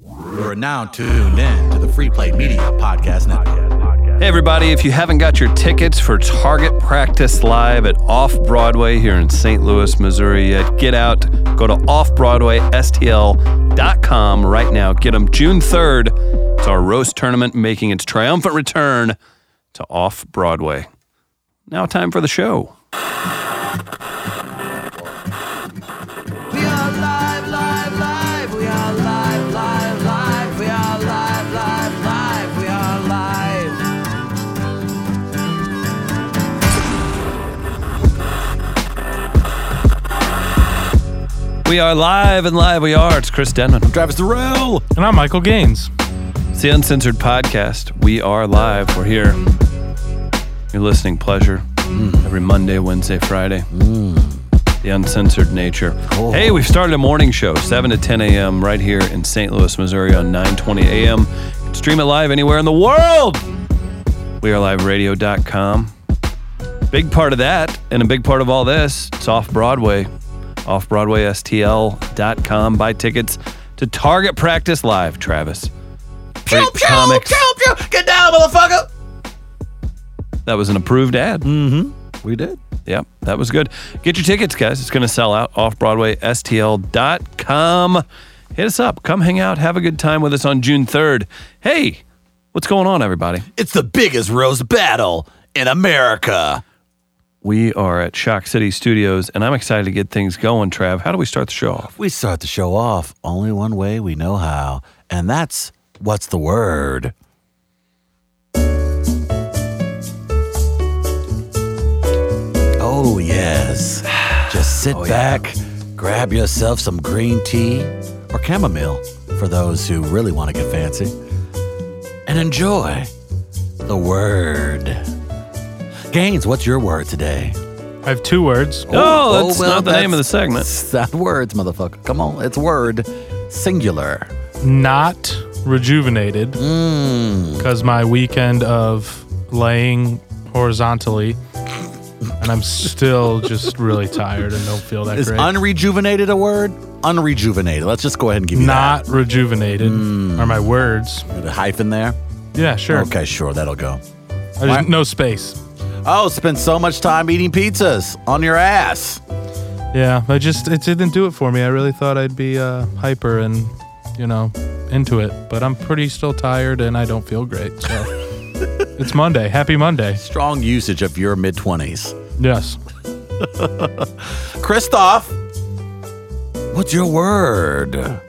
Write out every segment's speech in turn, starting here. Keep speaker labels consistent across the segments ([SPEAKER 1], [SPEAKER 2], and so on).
[SPEAKER 1] You are now tuned in to the Free Play Media Podcast Network.
[SPEAKER 2] Hey, everybody, if you haven't got your tickets for Target Practice Live at Off Broadway here in St. Louis, Missouri yet, get out. Go to offbroadwaystl.com right now. Get them June 3rd. It's our roast tournament making its triumphant return to Off Broadway. Now, time for the show.
[SPEAKER 3] We are live, live, live. We are live, live, live. We are live, live, live. We are live.
[SPEAKER 2] We are live and live we are. It's Chris Denman.
[SPEAKER 1] Travis Durrell.
[SPEAKER 4] And I'm Michael Gaines.
[SPEAKER 2] It's the Uncensored Podcast. We are live. We're here. Your listening pleasure every Monday, Wednesday, Friday. The uncensored nature. Hey, we've started a morning show, 7 to 10 a.m., right here in St. Louis, Missouri on 920 a.m. Stream it live anywhere in the world. We are liveradio.com. Big part of that and a big part of all this, it's off Broadway offbroadwaystl.com. Buy tickets to Target Practice Live, Travis. Great comics.
[SPEAKER 1] Get down, motherfucker.
[SPEAKER 2] That was an approved ad.
[SPEAKER 1] We did.
[SPEAKER 2] Yep, that was good. Get your tickets, guys. It's going to sell out. Offbroadwaystl.com. Hit us up. Come hang out. Have a good time with us on June 3rd. Hey, what's going on, everybody?
[SPEAKER 1] It's the biggest roast battle in America.
[SPEAKER 2] We are at Shock City Studios, and I'm excited to get things going, Trav. How do we start the show off?
[SPEAKER 1] We start the show off only one way we know how, and that's what's the word. Oh, yes. Just sit back, grab yourself some green tea or chamomile for those who really want to get fancy, and enjoy the word. Gaines, what's your word today?
[SPEAKER 4] I have two words.
[SPEAKER 2] Oh, that's not the name of the segment.
[SPEAKER 1] It's not words, motherfucker. Come on, it's word singular.
[SPEAKER 4] Not rejuvenated. Because my weekend of laying horizontally, and I'm still just really tired and don't feel that
[SPEAKER 1] Is
[SPEAKER 4] great.
[SPEAKER 1] unrejuvenated a word? Unrejuvenated. Let's just go ahead and give you
[SPEAKER 4] not rejuvenated are my words.
[SPEAKER 1] that. The hyphen there.
[SPEAKER 4] Yeah, sure.
[SPEAKER 1] Okay, sure, that'll go.
[SPEAKER 4] I just, no space.
[SPEAKER 1] Oh, spend so much time eating pizzas on your ass.
[SPEAKER 4] Yeah, I just it didn't do it for me. I really thought I'd be uh, hyper and you know into it, but I'm pretty still tired and I don't feel great. So it's Monday. Happy Monday.
[SPEAKER 1] Strong usage of your mid twenties.
[SPEAKER 4] Yes.
[SPEAKER 1] Christoph, what's your
[SPEAKER 2] Hmm.
[SPEAKER 1] word?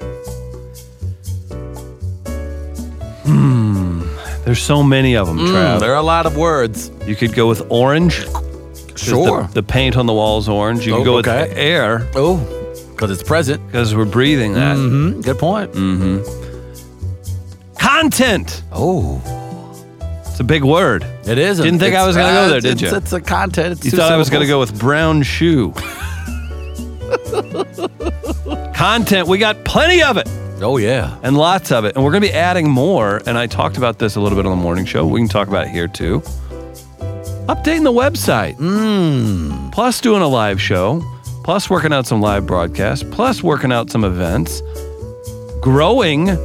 [SPEAKER 2] There's so many of them,
[SPEAKER 1] Hmm,
[SPEAKER 2] Trav.
[SPEAKER 1] there are a lot of words.
[SPEAKER 2] You could go with orange. 'cause
[SPEAKER 1] Sure.
[SPEAKER 2] The, the paint on the walls orange. You can
[SPEAKER 1] Oh,
[SPEAKER 2] go with
[SPEAKER 1] okay.
[SPEAKER 2] air
[SPEAKER 1] Oh, because it's present.
[SPEAKER 2] because we're breathing that.
[SPEAKER 1] Hmm, good point.
[SPEAKER 2] Content.
[SPEAKER 1] Oh,
[SPEAKER 2] It's a big word.
[SPEAKER 1] it is.
[SPEAKER 2] Didn't think I
[SPEAKER 1] it's-
[SPEAKER 2] was gonna go there,
[SPEAKER 1] it's-
[SPEAKER 2] did
[SPEAKER 1] it's-
[SPEAKER 2] you?
[SPEAKER 1] It's a content. It's
[SPEAKER 2] You
[SPEAKER 1] two
[SPEAKER 2] thought I was going to
[SPEAKER 1] syllables.
[SPEAKER 2] go with brown shoe. Content. We got plenty of it
[SPEAKER 1] Oh yeah.
[SPEAKER 2] and lots of it. And we're going to be adding more. And I talked about this a little bit on the morning show. We can talk about it here too. Updating the website. Plus doing a live show. Plus working out some live broadcasts. Plus working out some events. Growing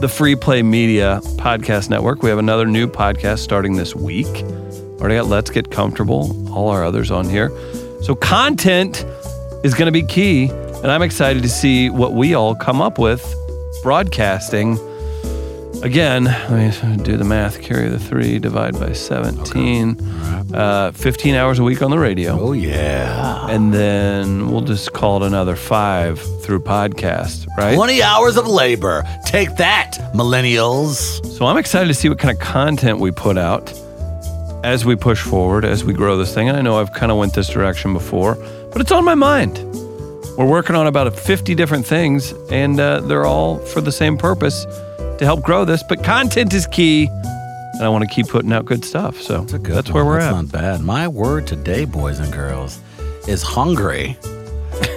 [SPEAKER 2] the Free Play Media Podcast Network. We have another new podcast starting this week. Already got Let's Get Comfortable, all our others on here. So content is going to be key, and I'm excited to see what we all come up with broadcasting. Again, let me do the math. Carry the three, divide by 17. Uh, 15 hours a week on the radio.
[SPEAKER 1] Oh yeah.
[SPEAKER 2] And then we'll just call it another five through podcast, right?
[SPEAKER 1] Twenty hours of labor. Take that, millennials.
[SPEAKER 2] So I'm excited to see what kind of content we put out as we push forward, as we grow this thing. And I know I've kind of went this direction before, but it's on my mind. We're working on about 50 different things, and uh, they're all for the same purpose to help grow this. But content is key, and I want to keep putting out good stuff. So that's,
[SPEAKER 1] a good
[SPEAKER 2] where
[SPEAKER 1] one.
[SPEAKER 2] we're
[SPEAKER 1] That's
[SPEAKER 2] at.
[SPEAKER 1] Not bad. My word today, boys and girls, is hungry.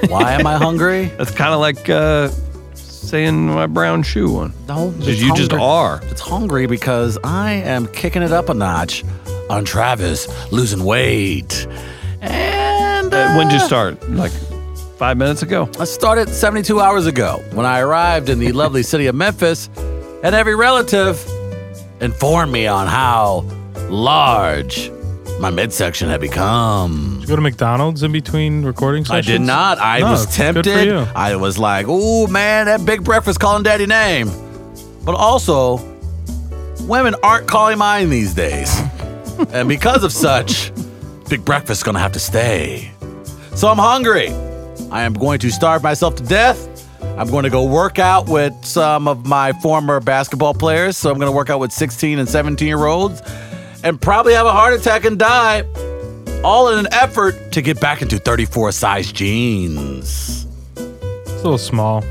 [SPEAKER 1] Why am I hungry?
[SPEAKER 2] That's kind of like uh, saying my brown shoe one.
[SPEAKER 1] No,
[SPEAKER 2] Just
[SPEAKER 1] it's
[SPEAKER 2] you just
[SPEAKER 1] hungry.
[SPEAKER 2] are.
[SPEAKER 1] It's hungry because I am kicking it up a notch on Travis losing weight. And
[SPEAKER 2] Uh, when did you
[SPEAKER 1] uh,
[SPEAKER 2] start? Like five minutes ago.
[SPEAKER 1] I started 72 hours ago when I arrived in the lovely city of Memphis and every relative informed me on how large my midsection had become.
[SPEAKER 4] You go to McDonald's in between recording
[SPEAKER 1] I
[SPEAKER 4] sessions?
[SPEAKER 1] did not. I
[SPEAKER 4] No,
[SPEAKER 1] was
[SPEAKER 4] it's good for
[SPEAKER 1] tempted.
[SPEAKER 4] you.
[SPEAKER 1] I was like, "Ooh, man, that big breakfast calling daddy name." But also, women aren't calling mine these days. and because of such, big breakfast's going to have to stay. So I'm hungry. I am going to starve myself to death. I'm going to go work out with some of my former basketball players. So I'm going to work out with 16 and 17 year olds and probably have a heart attack and die, all in an effort to get back into 34 size jeans.
[SPEAKER 4] It's a little small.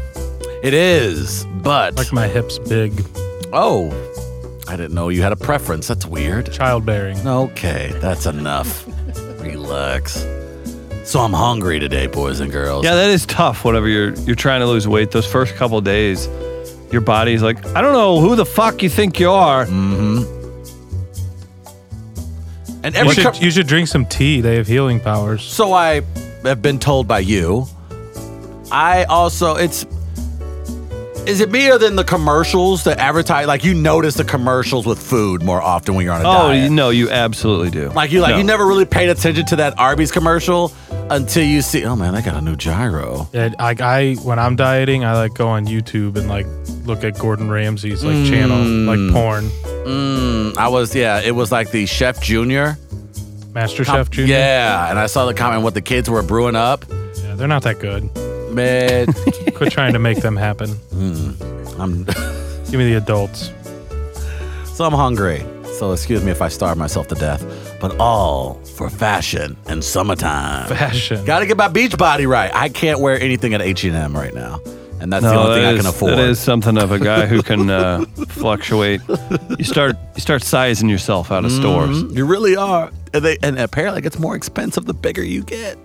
[SPEAKER 1] It is, but
[SPEAKER 4] Like my hips big.
[SPEAKER 1] oh, I didn't know you had a preference. That's weird.
[SPEAKER 4] Childbearing.
[SPEAKER 1] Okay, that's enough. Relax. So I'm hungry today, boys and girls.
[SPEAKER 5] Yeah, that is tough. Whatever you're you're trying to lose weight, those first couple of days, your body's like, I don't know who the fuck you think you are.
[SPEAKER 1] Mm, and
[SPEAKER 4] You
[SPEAKER 1] every cup-
[SPEAKER 4] should, you should drink some tea. They have healing powers.
[SPEAKER 1] so I have been told by you. I also it's is it me or than the commercials that advertise like you notice the commercials with food more often when you're on a
[SPEAKER 5] Oh
[SPEAKER 1] diet?
[SPEAKER 5] no, you absolutely do.
[SPEAKER 1] Like you like
[SPEAKER 5] No.
[SPEAKER 1] you never really paid attention to that Arby's commercial until you see oh man, I got a new gyro.
[SPEAKER 4] And I, I when I'm dieting, I like go on YouTube and like look at Gordon Ramsay's
[SPEAKER 1] Mm.
[SPEAKER 4] like channel, like porn,
[SPEAKER 1] I was yeah, it was like the Chef Junior.
[SPEAKER 4] Master Chef Junior.
[SPEAKER 1] Yeah, and I saw the comment what the kids were brewing up.
[SPEAKER 4] Yeah, they're not that good.
[SPEAKER 1] Man,
[SPEAKER 4] Quit trying to make them happen.
[SPEAKER 1] I'm
[SPEAKER 4] Give me the adults.
[SPEAKER 1] So I'm hungry. So excuse me if I starve myself to death, but all for fashion and summertime.
[SPEAKER 4] Fashion.
[SPEAKER 1] Got to get my beach body right. I can't wear anything at H&M right now, and that's the
[SPEAKER 5] that
[SPEAKER 1] only thing I
[SPEAKER 5] is-
[SPEAKER 1] can afford.
[SPEAKER 5] That is something of a guy who can uh, fluctuate. You start you start sizing yourself out of
[SPEAKER 1] Mm-hmm.
[SPEAKER 5] stores.
[SPEAKER 1] You really are. And, they, and apparently, it gets more expensive the bigger you get.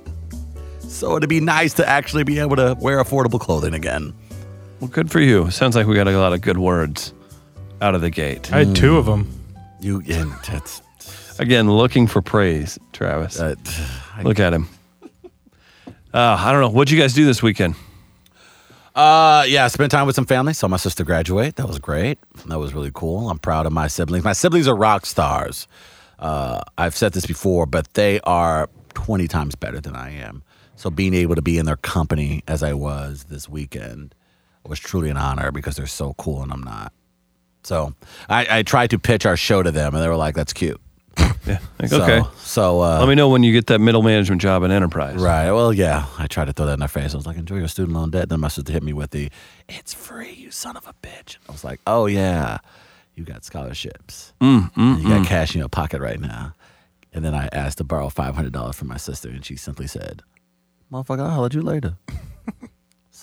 [SPEAKER 1] So it'd be nice to actually be able to wear affordable clothing again.
[SPEAKER 5] Well, good for you. Sounds like we got a lot of good words out of the gate.
[SPEAKER 4] I had two of them.
[SPEAKER 1] You and that's
[SPEAKER 5] Again, looking for praise, Travis.
[SPEAKER 1] uh, I-
[SPEAKER 5] Look at him. Uh, I don't know. What'd you guys do this weekend?
[SPEAKER 1] Uh, yeah, I spent time with some family. Saw my sister graduate. That was great. That was really cool. I'm proud of my siblings. My siblings are rock stars. Uh, I've said this before, but they are 20 times better than I am. So being able to be in their company as I was this weekend was truly an honor because they're so cool and I'm not. So I, I tried to pitch our show to them and they were like, that's cute.
[SPEAKER 5] Yeah. Like,
[SPEAKER 1] So,
[SPEAKER 5] okay.
[SPEAKER 1] So, uh,
[SPEAKER 5] Let me know when you get that middle management job in enterprise.
[SPEAKER 1] Right. Well, yeah. I tried to throw that in their face. I was like, enjoy your student loan debt. Then my sister hit me with the, it's free, you son of a bitch. I was like, oh, yeah. You got scholarships. And you got cash in your pocket right now. And then I asked to borrow $500 from my sister, and she simply said, motherfucker, I'll holler at you later.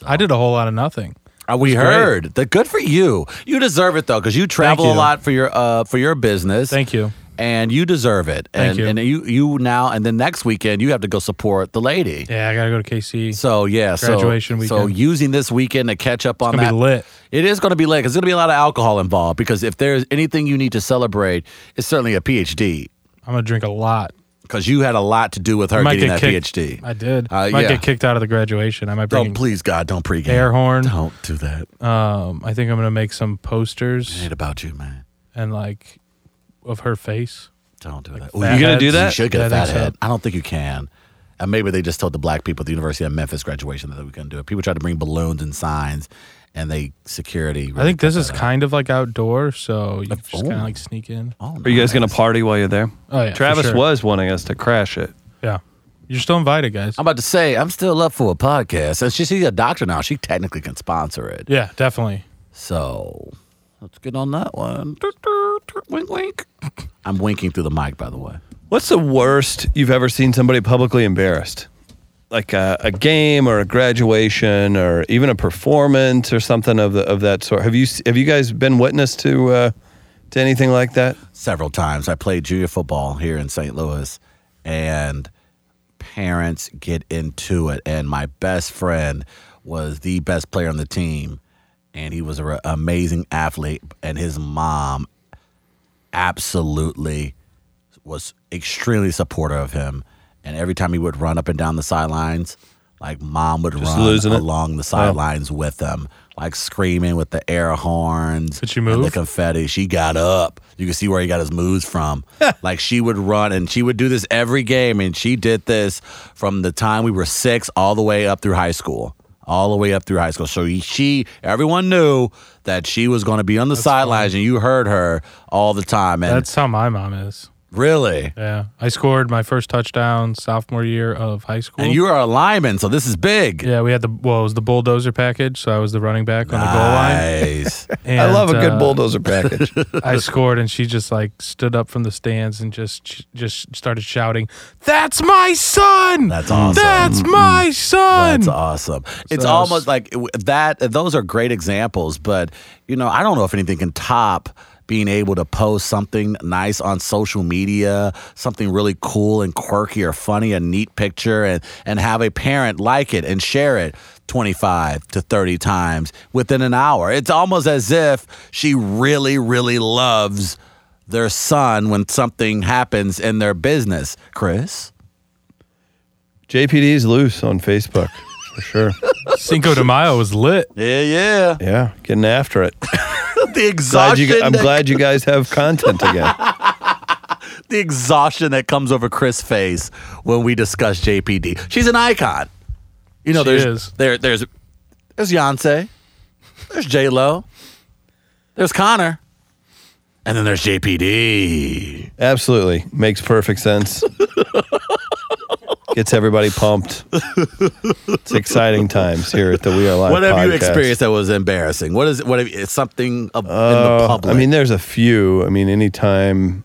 [SPEAKER 4] I did a whole lot of nothing.
[SPEAKER 1] Uh, we
[SPEAKER 4] great.
[SPEAKER 1] heard. The, good for you. You deserve it, though, because you travel a
[SPEAKER 4] you.
[SPEAKER 1] lot for your, uh, for your business.
[SPEAKER 4] Thank you.
[SPEAKER 1] And you deserve it.
[SPEAKER 4] Thank
[SPEAKER 1] and,
[SPEAKER 4] you.
[SPEAKER 1] And you, you now, and then next weekend, you have to go support the lady.
[SPEAKER 4] Yeah, I gotta go to KC.
[SPEAKER 1] So yeah, so-
[SPEAKER 4] Graduation
[SPEAKER 1] So
[SPEAKER 4] weekend.
[SPEAKER 1] using this weekend to catch up on
[SPEAKER 4] gonna
[SPEAKER 1] that,
[SPEAKER 4] be lit.
[SPEAKER 1] It is going to be lit. 'cause There's going to be a lot of alcohol involved. Because if there's anything you need to celebrate, it's certainly a PhD.
[SPEAKER 4] I'm gonna drink a lot.
[SPEAKER 1] Because you had a lot to do with her getting that
[SPEAKER 4] kicked.
[SPEAKER 1] PhD.
[SPEAKER 4] I did.
[SPEAKER 1] Uh,
[SPEAKER 4] I might
[SPEAKER 1] yeah.
[SPEAKER 4] get kicked out of the graduation. I might
[SPEAKER 1] don't
[SPEAKER 4] bring
[SPEAKER 1] Oh, please God, don't pregame.
[SPEAKER 4] air horn.
[SPEAKER 1] Don't do that.
[SPEAKER 4] Um, I think I'm gonna make some posters.
[SPEAKER 1] I hate about you, man.
[SPEAKER 4] and like of her face.
[SPEAKER 1] Don't do that.
[SPEAKER 4] fat
[SPEAKER 1] you,
[SPEAKER 5] You gonna do
[SPEAKER 4] heads.
[SPEAKER 1] you
[SPEAKER 5] that?
[SPEAKER 1] should get
[SPEAKER 4] Yeah,
[SPEAKER 1] a
[SPEAKER 4] I
[SPEAKER 1] fat
[SPEAKER 4] think so.
[SPEAKER 1] head. I don't think you can. And maybe they just told the black people at the University of Memphis graduation that we couldn't do it. People tried to bring balloons and signs, and they security.
[SPEAKER 4] I think this is kind of like outdoor, so you
[SPEAKER 1] That's-
[SPEAKER 4] just kind
[SPEAKER 1] ooh.
[SPEAKER 4] of like sneak in.
[SPEAKER 1] Oh,
[SPEAKER 5] Are you guys going
[SPEAKER 1] nice.
[SPEAKER 5] to party while you're there?
[SPEAKER 4] Oh, yeah, for
[SPEAKER 5] Travis
[SPEAKER 4] sure.
[SPEAKER 5] was wanting us to crash it.
[SPEAKER 4] Yeah, you're still invited, guys.
[SPEAKER 1] I'm about to say I'm still up for a podcast, and she, she's a doctor now. She technically can sponsor it,
[SPEAKER 4] yeah, definitely.
[SPEAKER 1] so let's get on that one. Wink, wink. I'm winking through the mic, by the way.
[SPEAKER 5] What's the worst you've ever seen somebody publicly embarrassed? Like a, a game or a graduation or even a performance or something of the, of that sort. Have you s- have you guys been witness to uh, to anything like that?
[SPEAKER 1] Several times I played junior football here in St. Louis, and parents get into it. And my best friend was the best player on the team, and he was an amazing athlete. And his mom absolutely was extremely supportive of him. And every time he would run up and down the sidelines, like mom would run
[SPEAKER 5] losing it?
[SPEAKER 1] along the sidelines with him, like screaming with the air horns.
[SPEAKER 4] Did she
[SPEAKER 1] and The
[SPEAKER 4] move?
[SPEAKER 1] confetti. She got up. You can see where he got his moves from. like she would run and she would do this every game. And she did this from the time we were six all the way up through high school. All the way up through high school. So she, everyone knew that she was going to be on the sidelines, and you heard her all the time. And
[SPEAKER 4] That's how my mom is.
[SPEAKER 1] really,
[SPEAKER 4] Yeah. I scored my first touchdown sophomore year of high school.
[SPEAKER 1] and you are a lineman, so this is big.
[SPEAKER 4] yeah, we had the well, it was the bulldozer package, so I was the running back on the goal line.
[SPEAKER 1] Nice.
[SPEAKER 4] And,
[SPEAKER 2] I love a
[SPEAKER 4] uh,
[SPEAKER 2] good bulldozer package.
[SPEAKER 4] I scored, and she just like stood up from the stands and just just started shouting, "That's my son!
[SPEAKER 1] That's awesome.
[SPEAKER 4] That's my son!"
[SPEAKER 1] That's awesome. It's
[SPEAKER 4] So-
[SPEAKER 1] almost like that. Those are great examples, but you know, I don't know if anything can top being able to post something nice on social media, something really cool and quirky or funny, a neat picture, and and have a parent like it and share it. 25 to 30 times within an hour. It's almost as if she really, really loves their son when something happens in their business. Chris?
[SPEAKER 2] JPD's loose on Facebook for sure.
[SPEAKER 4] Cinco de Mayo was lit.
[SPEAKER 1] Yeah, yeah.
[SPEAKER 2] Yeah, getting after it.
[SPEAKER 1] The
[SPEAKER 2] Glad you,
[SPEAKER 1] exhaustion.
[SPEAKER 2] gu- I'm
[SPEAKER 1] that-
[SPEAKER 2] glad you guys have content again.
[SPEAKER 1] the exhaustion that comes over Chris' face when we discuss JPD. She's an icon. You know,
[SPEAKER 4] She
[SPEAKER 1] there's
[SPEAKER 4] is.
[SPEAKER 1] there there's there's Beyonce, there's J Lo, there's Connor, and then there's JPD.
[SPEAKER 2] Absolutely. Makes perfect sense. Gets everybody pumped. It's exciting times here at the We Are Live
[SPEAKER 1] what have you
[SPEAKER 2] podcast.
[SPEAKER 1] experienced that was embarrassing? What is what? Have, it's something of, in the
[SPEAKER 2] Oh,
[SPEAKER 1] public.
[SPEAKER 2] I mean, there's a few. I mean, anytime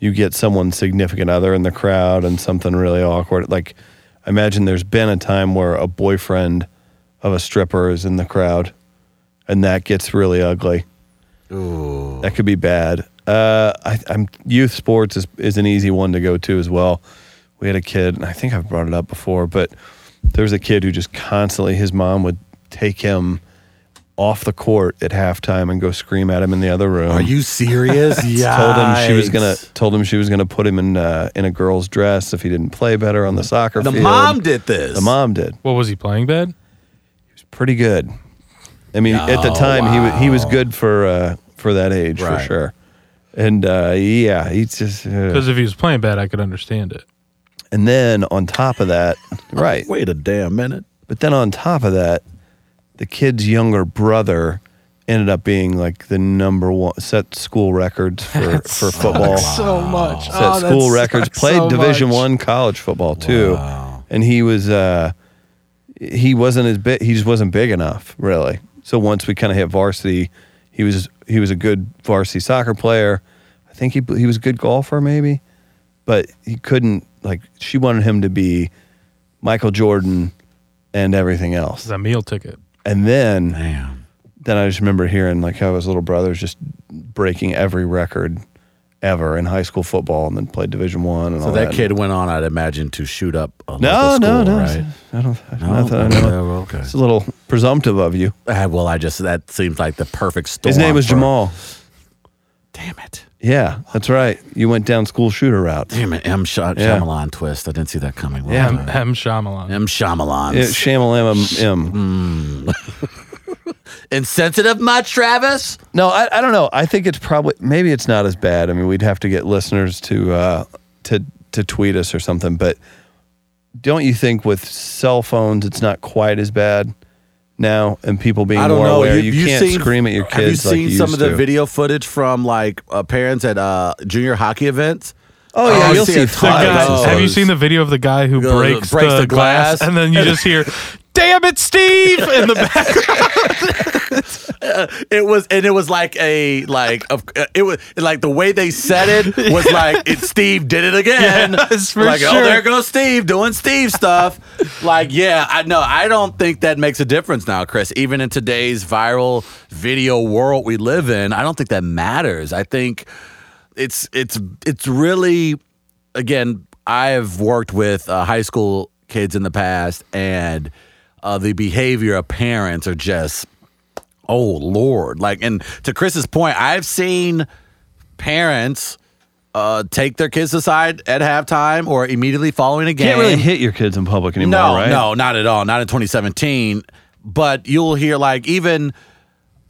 [SPEAKER 2] you get someone significant other in the crowd and something really awkward, like I imagine there's been a time where a boyfriend of a stripper is in the crowd and that gets really ugly. That could be bad. Uh, I, I'm youth sports is, is an easy one to go to as well. We had a kid, and I think I've brought it up before, but there was a kid who just constantly his mom would take him off the court at halftime and go scream at him in the other room.
[SPEAKER 1] are you serious? yeah.
[SPEAKER 2] told him she was gonna told him she was gonna put him in uh, in a girl's dress if he didn't play better on the soccer
[SPEAKER 1] The
[SPEAKER 2] field.
[SPEAKER 1] mom did this.
[SPEAKER 2] The mom did.
[SPEAKER 4] What was he playing bad?
[SPEAKER 2] Pretty good. I mean, at the
[SPEAKER 1] Oh,
[SPEAKER 2] time he was he was good for uh, for that age
[SPEAKER 1] Right.
[SPEAKER 2] for sure. And uh, yeah, he's just. uh,
[SPEAKER 4] Because if he was playing bad, I could understand it.
[SPEAKER 2] And then on top of that, right.
[SPEAKER 1] Wait a damn minute.
[SPEAKER 2] But then on top of that, the kid's younger brother ended up being like the number one set school records for, for football.
[SPEAKER 4] So much.
[SPEAKER 1] Oh,
[SPEAKER 2] set school records, played division 1 college football too. And he was uh he wasn't as big he just wasn't big enough, really. So once we kind of hit varsity, he was he was a good varsity soccer player. I think he he was a good golfer maybe, but he couldn't like she wanted him to be Michael Jordan and everything else.
[SPEAKER 4] It's a meal ticket.
[SPEAKER 2] And then
[SPEAKER 1] Damn.
[SPEAKER 2] then I just remember hearing like how his little brother was just breaking every record ever in high school football, and then played Division One. And
[SPEAKER 1] So
[SPEAKER 2] all
[SPEAKER 1] that kid went on, I'd imagine, to shoot up a
[SPEAKER 2] Oh, No,
[SPEAKER 1] local
[SPEAKER 2] no,
[SPEAKER 1] school,
[SPEAKER 2] no.
[SPEAKER 1] right?
[SPEAKER 2] I don't.
[SPEAKER 1] No?
[SPEAKER 2] Nothing I know.
[SPEAKER 1] Oh, okay.
[SPEAKER 2] It's a little presumptive of you.
[SPEAKER 1] Ah, well, I just that seems like the perfect storm.
[SPEAKER 2] His name was
[SPEAKER 1] for-
[SPEAKER 2] Jamal.
[SPEAKER 1] Damn it!
[SPEAKER 2] Yeah, that's right. You went down school shooter route.
[SPEAKER 1] Damn it! M. Sh-
[SPEAKER 2] Yeah.
[SPEAKER 1] Shyamalan twist. I didn't see that coming. Well
[SPEAKER 4] M.
[SPEAKER 1] done.
[SPEAKER 4] M. Shyamalan.
[SPEAKER 1] M. Shyamalan.
[SPEAKER 2] It, Shamalam M.
[SPEAKER 1] Insensitive much, Travis?
[SPEAKER 2] No, I, I don't know. I think it's probably maybe it's not as bad. I mean, we'd have to get listeners to uh, to to tweet us or something. But don't you think with cell phones, it's not quite as bad now, and people being
[SPEAKER 1] I don't
[SPEAKER 2] more
[SPEAKER 1] know.
[SPEAKER 2] aware.
[SPEAKER 1] You've-
[SPEAKER 2] You,
[SPEAKER 1] you've
[SPEAKER 2] can't
[SPEAKER 1] seen-
[SPEAKER 2] scream at your
[SPEAKER 1] Have you
[SPEAKER 2] kids
[SPEAKER 1] seen
[SPEAKER 2] like you
[SPEAKER 1] some
[SPEAKER 2] used
[SPEAKER 1] of the
[SPEAKER 2] to.
[SPEAKER 1] video footage from like uh, parents at uh, junior hockey events?
[SPEAKER 2] Oh yeah,
[SPEAKER 1] Oh,
[SPEAKER 2] you'll
[SPEAKER 1] see
[SPEAKER 2] see.
[SPEAKER 1] a
[SPEAKER 4] The
[SPEAKER 1] ton
[SPEAKER 2] tons
[SPEAKER 4] guy-
[SPEAKER 2] of
[SPEAKER 1] those.
[SPEAKER 4] have you
[SPEAKER 2] those.
[SPEAKER 4] seen the video of the guy who
[SPEAKER 1] Goes-
[SPEAKER 4] breaks,
[SPEAKER 1] breaks
[SPEAKER 4] the,
[SPEAKER 1] the glass.
[SPEAKER 4] glass, and then you just hear, "Damn it, Steve!" in the back.
[SPEAKER 1] It was, and it was like a like of uh, it was like the way they said it was like it. Steve did it again.
[SPEAKER 4] Yes, for
[SPEAKER 1] like oh,
[SPEAKER 4] sure.
[SPEAKER 1] there goes Steve doing Steve stuff. like yeah, I know. I don't think that makes a difference now, Chris. Even in today's viral video world we live in, I don't think that matters. I think it's it's it's really again, I've worked with uh, high school kids in the past, and uh, the behavior of parents are just, oh lord! Like, and to Chris's point, I've seen parents uh, take their kids aside at halftime or immediately following a game.
[SPEAKER 2] Can't really hit your kids in public anymore,
[SPEAKER 1] no,
[SPEAKER 2] right?
[SPEAKER 1] no, not at all. Not in 2017. but you'll hear like even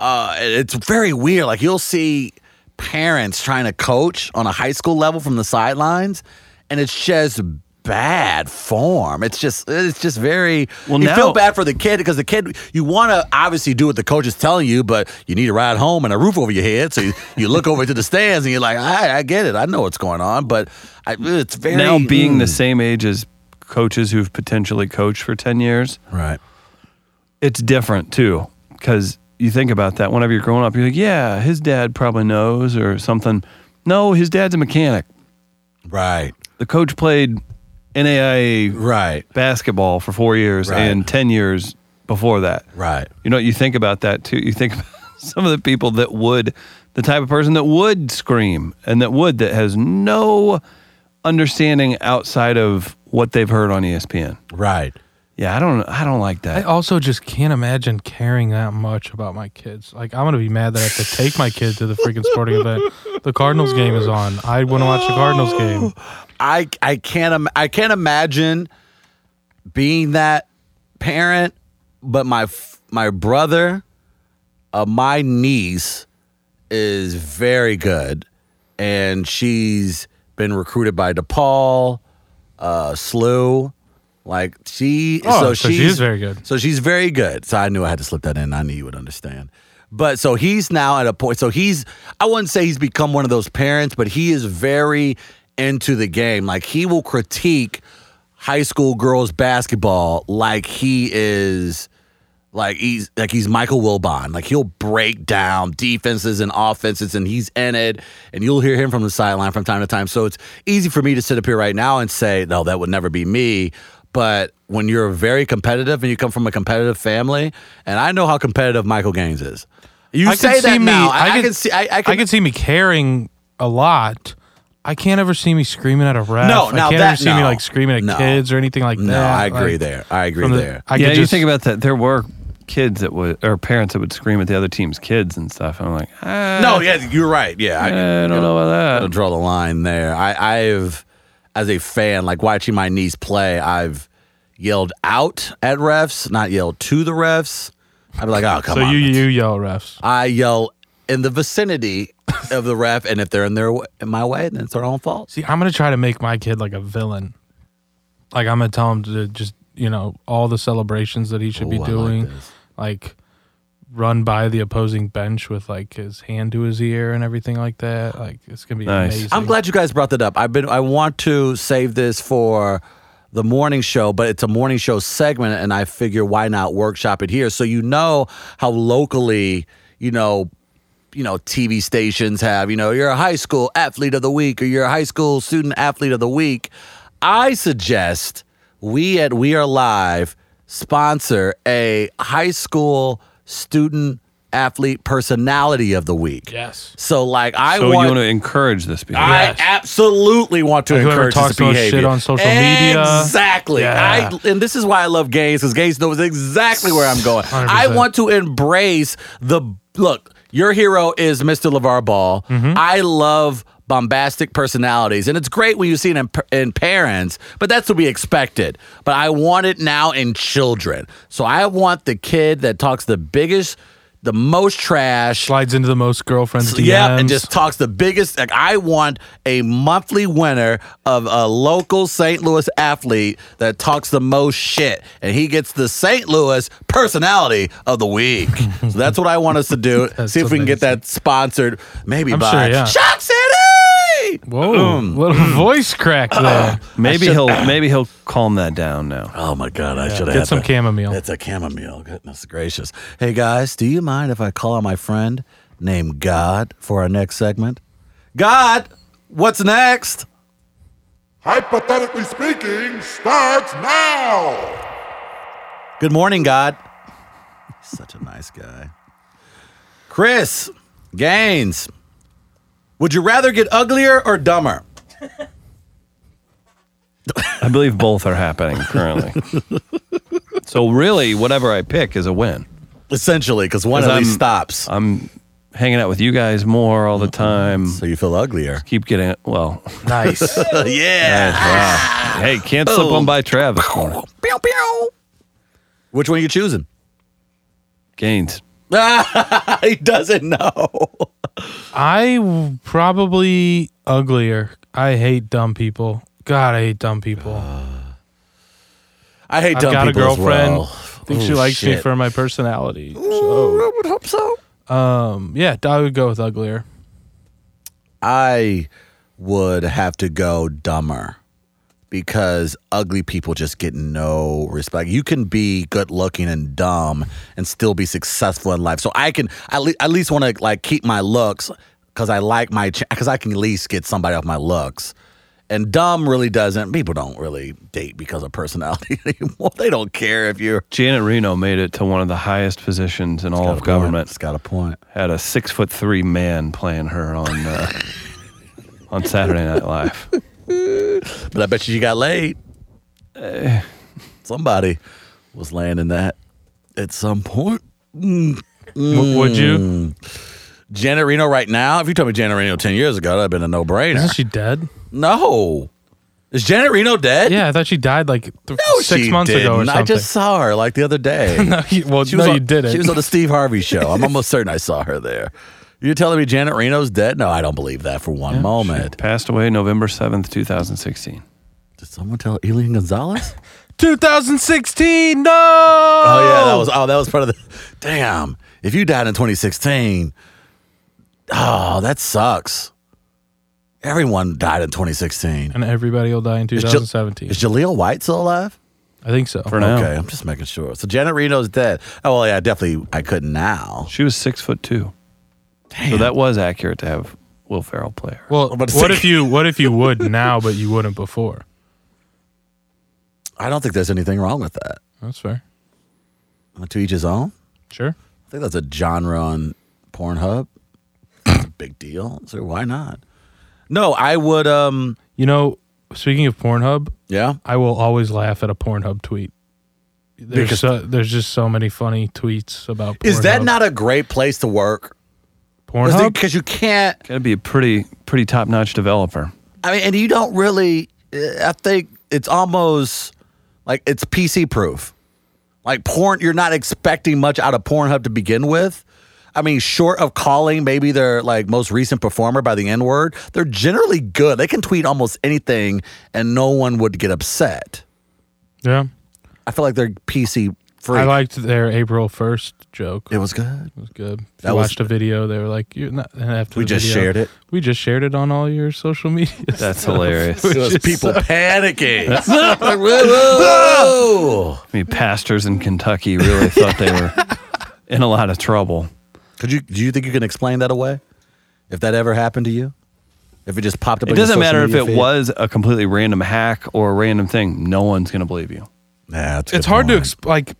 [SPEAKER 1] uh, it's very weird. Like you'll see parents trying to coach on a high school level from the sidelines, and it's just bad form. It's just it's just very.
[SPEAKER 2] Well,
[SPEAKER 1] you
[SPEAKER 2] now-
[SPEAKER 1] feel bad for the kid because the kid you want to obviously do what the coach is telling you, but you need to ride home and a roof over your head. So you, you look over to the stands and you're like, I, I get it. I know what's going on, but I, it's very
[SPEAKER 2] now being the
[SPEAKER 1] mm.
[SPEAKER 2] same age as coaches who've potentially coached for 10 years
[SPEAKER 1] right.
[SPEAKER 2] it's different too because you think about that whenever you're growing up you're like yeah his dad probably knows or something no his dad's a mechanic
[SPEAKER 1] Right.
[SPEAKER 2] the coach played NAIA
[SPEAKER 1] Right.
[SPEAKER 2] basketball for four years
[SPEAKER 1] Right.
[SPEAKER 2] and 10 years before that
[SPEAKER 1] Right.
[SPEAKER 2] you know you think about that too you think about some of the people that would the type of person that would scream and that would that has no understanding outside of what they've heard on E espn
[SPEAKER 1] Right.
[SPEAKER 2] yeah i don't i don't like
[SPEAKER 4] I
[SPEAKER 2] that
[SPEAKER 4] also just can't imagine caring that much about my kids. Like, I'm going to be mad that I have to take my kid to the freaking sporting event. The Cardinals game is on. I want to watch the Cardinals game.
[SPEAKER 1] I I can't Im- I can't imagine being that parent, but my f- my brother, uh, my niece is very good, and she's been recruited by DePaul, uh, SLU. Like she,
[SPEAKER 4] Oh,
[SPEAKER 1] so,
[SPEAKER 4] so
[SPEAKER 1] she's
[SPEAKER 4] she is very good.
[SPEAKER 1] So she's very good. So I knew I had to slip that in. I knew you would understand. But so he's now at a point. So he's, I wouldn't say he's become one of those parents, but he is very into the game. Like he will critique high school girls basketball like he is like he's like he's Michael Wilbon. Like he'll break down defenses and offenses, and he's in it. And you'll hear him from the sideline from time to time. So it's easy for me to sit up here right now and say, "No, that would never be me." But when you're very competitive and you come from a competitive family, and I know how competitive Michael Gaines is, you
[SPEAKER 4] I
[SPEAKER 1] say
[SPEAKER 4] can
[SPEAKER 1] that
[SPEAKER 4] see me.
[SPEAKER 1] now. I, I can, see. I, I can.
[SPEAKER 4] I can see me caring a lot. I can't ever see me screaming at a ref.
[SPEAKER 1] No,
[SPEAKER 4] I
[SPEAKER 1] now
[SPEAKER 4] can't
[SPEAKER 1] that-
[SPEAKER 4] ever see me
[SPEAKER 1] no.
[SPEAKER 4] like screaming at
[SPEAKER 1] No.
[SPEAKER 4] kids or anything like
[SPEAKER 1] no,
[SPEAKER 4] that.
[SPEAKER 1] I agree
[SPEAKER 4] Like,
[SPEAKER 1] there. I agree
[SPEAKER 4] from the-
[SPEAKER 1] there.
[SPEAKER 4] I
[SPEAKER 2] yeah
[SPEAKER 4] could
[SPEAKER 2] you
[SPEAKER 4] just,
[SPEAKER 2] think about that there were kids that would or parents that would scream at the other team's kids and stuff and i'm like ah,
[SPEAKER 1] no, yeah, you're right. Yeah, I,
[SPEAKER 2] i don't know
[SPEAKER 1] to
[SPEAKER 2] about that
[SPEAKER 1] draw the line there. I, I've, as a fan, like watching my niece play, I've yelled out at refs, not yelled to the refs. I'd be like, oh, come
[SPEAKER 4] So
[SPEAKER 1] on.
[SPEAKER 4] you you yell refs.
[SPEAKER 1] I yell in the vicinity of the ref, and if they're in their w- in my way, then it's their own fault.
[SPEAKER 4] See, I'm gonna try to make my kid like a villain. Like I'm gonna tell him to just you know all the celebrations that he should be
[SPEAKER 1] Ooh, I like
[SPEAKER 4] doing,
[SPEAKER 1] this.
[SPEAKER 4] like, run by the opposing bench with like his hand to his ear and everything like that. Like it's gonna be
[SPEAKER 2] Nice.
[SPEAKER 4] amazing.
[SPEAKER 1] I'm glad you guys brought that up. I've been I want to save this for the morning show, but it's a morning show segment and I figure why not workshop it here so you know how locally, you know, you know, TV stations have, you know, you're a high school athlete of the week or you're a high school student athlete of the week. I suggest we at We Are Live sponsor a high school student athlete personality of the week.
[SPEAKER 4] Yes.
[SPEAKER 1] So like I
[SPEAKER 2] so
[SPEAKER 1] want
[SPEAKER 2] Oh, you want to encourage this behavior
[SPEAKER 1] I
[SPEAKER 4] Yes.
[SPEAKER 1] absolutely want to
[SPEAKER 4] Like whoever
[SPEAKER 1] encourage
[SPEAKER 4] talks
[SPEAKER 1] this
[SPEAKER 4] the most
[SPEAKER 1] behavior.
[SPEAKER 4] shit on social media.
[SPEAKER 1] Exactly.
[SPEAKER 4] Yeah.
[SPEAKER 1] I, and this is why I love gays because gays knows exactly where I'm going.
[SPEAKER 4] 100%.
[SPEAKER 1] I want to embrace the look. Your hero is Mr. LeVar Ball.
[SPEAKER 4] Mm-hmm.
[SPEAKER 1] I love bombastic personalities, and it's great when you see it in, in parents, but that's to be expected. But I want it now in children. So I want the kid that talks the biggest, the most trash,
[SPEAKER 4] Slides into the most girlfriends. DMs.
[SPEAKER 1] yeah, and just talks the biggest. Like I want a monthly winner of a local St. Louis athlete that talks the most shit, and he gets the St. Louis personality of the week. so that's what I want us to do.
[SPEAKER 4] That's
[SPEAKER 1] See if we can get that sponsored, maybe
[SPEAKER 4] I'm
[SPEAKER 1] by
[SPEAKER 4] sure, yeah.
[SPEAKER 1] Shock City. Mm.
[SPEAKER 4] whoa, little voice crack there.
[SPEAKER 1] Ah,
[SPEAKER 2] maybe he'll maybe he'll calm that down now
[SPEAKER 1] Oh my god, I should have
[SPEAKER 4] Get some chamomile.
[SPEAKER 1] That's a chamomile. Goodness gracious. Hey guys, do you mind if I call on my friend named God for our next segment? God, what's next?
[SPEAKER 6] Hypothetically speaking, starts now!
[SPEAKER 1] Good morning, God. Such a nice guy. Chris Gaines, would you rather get uglier or dumber?
[SPEAKER 2] i believe both are happening currently so really whatever i pick is a win
[SPEAKER 1] Essentially, because one
[SPEAKER 2] 'Cause
[SPEAKER 1] at least
[SPEAKER 2] I'm-
[SPEAKER 1] stops.
[SPEAKER 2] i'm hanging out with you guys more all the time
[SPEAKER 1] so you feel uglier.
[SPEAKER 2] keep getting well
[SPEAKER 4] Nice.
[SPEAKER 1] yeah.
[SPEAKER 2] hey can't slip on by travis
[SPEAKER 1] Pew, pew. Which one are you choosing?
[SPEAKER 2] Gaines.
[SPEAKER 1] he doesn't know.
[SPEAKER 4] I w- probably uglier. I hate dumb people. God, I hate dumb people.
[SPEAKER 1] I hate
[SPEAKER 4] I've
[SPEAKER 1] dumb
[SPEAKER 4] got a
[SPEAKER 1] people as
[SPEAKER 4] girlfriend.
[SPEAKER 1] well.
[SPEAKER 4] I think
[SPEAKER 1] Oh,
[SPEAKER 4] she likes me
[SPEAKER 1] shit.
[SPEAKER 4] for my personality.
[SPEAKER 1] Ooh, I would hope so.
[SPEAKER 4] Um, yeah, I would go with uglier.
[SPEAKER 1] I would have to go dumber because ugly people just get no respect. You can be good looking and dumb and still be successful in life. So I can I le- at least want to like keep my looks because I like my because I can at least get somebody off my looks. And dumb really doesn't. People don't really date because of personality anymore. They don't care if you're
[SPEAKER 2] Janet Reno made it to one of the highest positions in all of government.
[SPEAKER 1] It's got a point.
[SPEAKER 2] Had a six foot three man playing her on uh, on Saturday Night Live.
[SPEAKER 1] But I bet you you got laid.
[SPEAKER 4] Eh.
[SPEAKER 1] Somebody was laying in that at some point. Mm.
[SPEAKER 4] W- would you?
[SPEAKER 1] Janet Reno right now. If you told me Janet Reno 10 years ago, that'd have been a no
[SPEAKER 4] Isn't
[SPEAKER 1] brainer.
[SPEAKER 4] she dead?
[SPEAKER 1] no. Is Janet Reno dead?
[SPEAKER 4] Yeah, I thought she died like th-
[SPEAKER 1] No,
[SPEAKER 4] six
[SPEAKER 1] she
[SPEAKER 4] months ago or
[SPEAKER 1] didn't.
[SPEAKER 4] something.
[SPEAKER 1] I just saw her like the other day.
[SPEAKER 4] no, you, well,
[SPEAKER 1] She
[SPEAKER 4] no,
[SPEAKER 1] was on,
[SPEAKER 4] you did
[SPEAKER 1] She was on
[SPEAKER 4] it.
[SPEAKER 1] the Steve Harvey show. I'm almost certain I saw her there. You're telling me Janet Reno's dead? No, I don't believe that for one moment.
[SPEAKER 2] Passed away November 7th, 2016.
[SPEAKER 1] Did someone tell Elian Gonzalez?
[SPEAKER 4] 2016. No.
[SPEAKER 1] Oh yeah, that was oh that was part of the. Damn, if you died in 2016, oh that sucks. Everyone died in 2016.
[SPEAKER 4] And everybody will die in
[SPEAKER 1] Is, Jal-
[SPEAKER 4] 2017.
[SPEAKER 1] is Jaleel White still alive?
[SPEAKER 4] I think so.
[SPEAKER 2] For now.
[SPEAKER 1] Okay, I'm just making sure. So Janet Reno's dead. Oh well, yeah, definitely. I couldn't now.
[SPEAKER 2] She was six foot two. So that was accurate to have Will Ferrell play her.
[SPEAKER 4] Well,
[SPEAKER 1] I'm about
[SPEAKER 4] what
[SPEAKER 1] to say-
[SPEAKER 4] if you what if you would now, but you wouldn't before?
[SPEAKER 1] I don't think there's anything wrong with that.
[SPEAKER 4] That's fair.
[SPEAKER 1] To each his own.
[SPEAKER 4] Sure.
[SPEAKER 1] I think that's a genre on Pornhub. It's a big deal. So why not? No, I would. Um,
[SPEAKER 4] You know, speaking of Pornhub,
[SPEAKER 1] yeah.
[SPEAKER 4] I will always laugh at a Pornhub tweet. There's
[SPEAKER 1] Because-
[SPEAKER 4] so, there's just so many funny tweets about. Pornhub.
[SPEAKER 1] Is that not a great place to work?
[SPEAKER 4] Pornhub?
[SPEAKER 1] Because you can't.
[SPEAKER 2] Got to be a pretty pretty top notch developer.
[SPEAKER 1] I mean, and you don't really. uh, I think it's almost like it's PC proof. Like porn, you're not expecting much out of Pornhub to begin with. I mean, short of calling maybe their like most recent performer by the N word, they're generally good. They can tweet almost anything, and no one would get upset.
[SPEAKER 4] yeah,
[SPEAKER 1] I feel like they're PC free.
[SPEAKER 4] I liked their April first joke.
[SPEAKER 1] it was good.
[SPEAKER 4] It was good. If
[SPEAKER 1] That
[SPEAKER 4] you
[SPEAKER 1] was-
[SPEAKER 4] watched a video. They were like, "You're not." And after
[SPEAKER 1] We
[SPEAKER 4] the
[SPEAKER 1] just
[SPEAKER 4] video,
[SPEAKER 1] shared it.
[SPEAKER 4] We just shared it on all your social media.
[SPEAKER 2] That's hilarious. I
[SPEAKER 1] It was people panicking. Like, whoa.
[SPEAKER 2] mean, pastors in Kentucky really thought they were in a lot of trouble.
[SPEAKER 1] Could you do you think you can explain that away? If that ever happened to you? If it just popped up
[SPEAKER 2] It
[SPEAKER 1] on your
[SPEAKER 2] doesn't
[SPEAKER 1] social
[SPEAKER 2] matter if
[SPEAKER 1] media
[SPEAKER 2] it
[SPEAKER 1] feed?
[SPEAKER 2] was a completely random hack or a random thing. No one's going to believe you.
[SPEAKER 1] Nah, that's a
[SPEAKER 4] it's
[SPEAKER 1] good
[SPEAKER 4] hard to
[SPEAKER 1] point.
[SPEAKER 4] exp- like.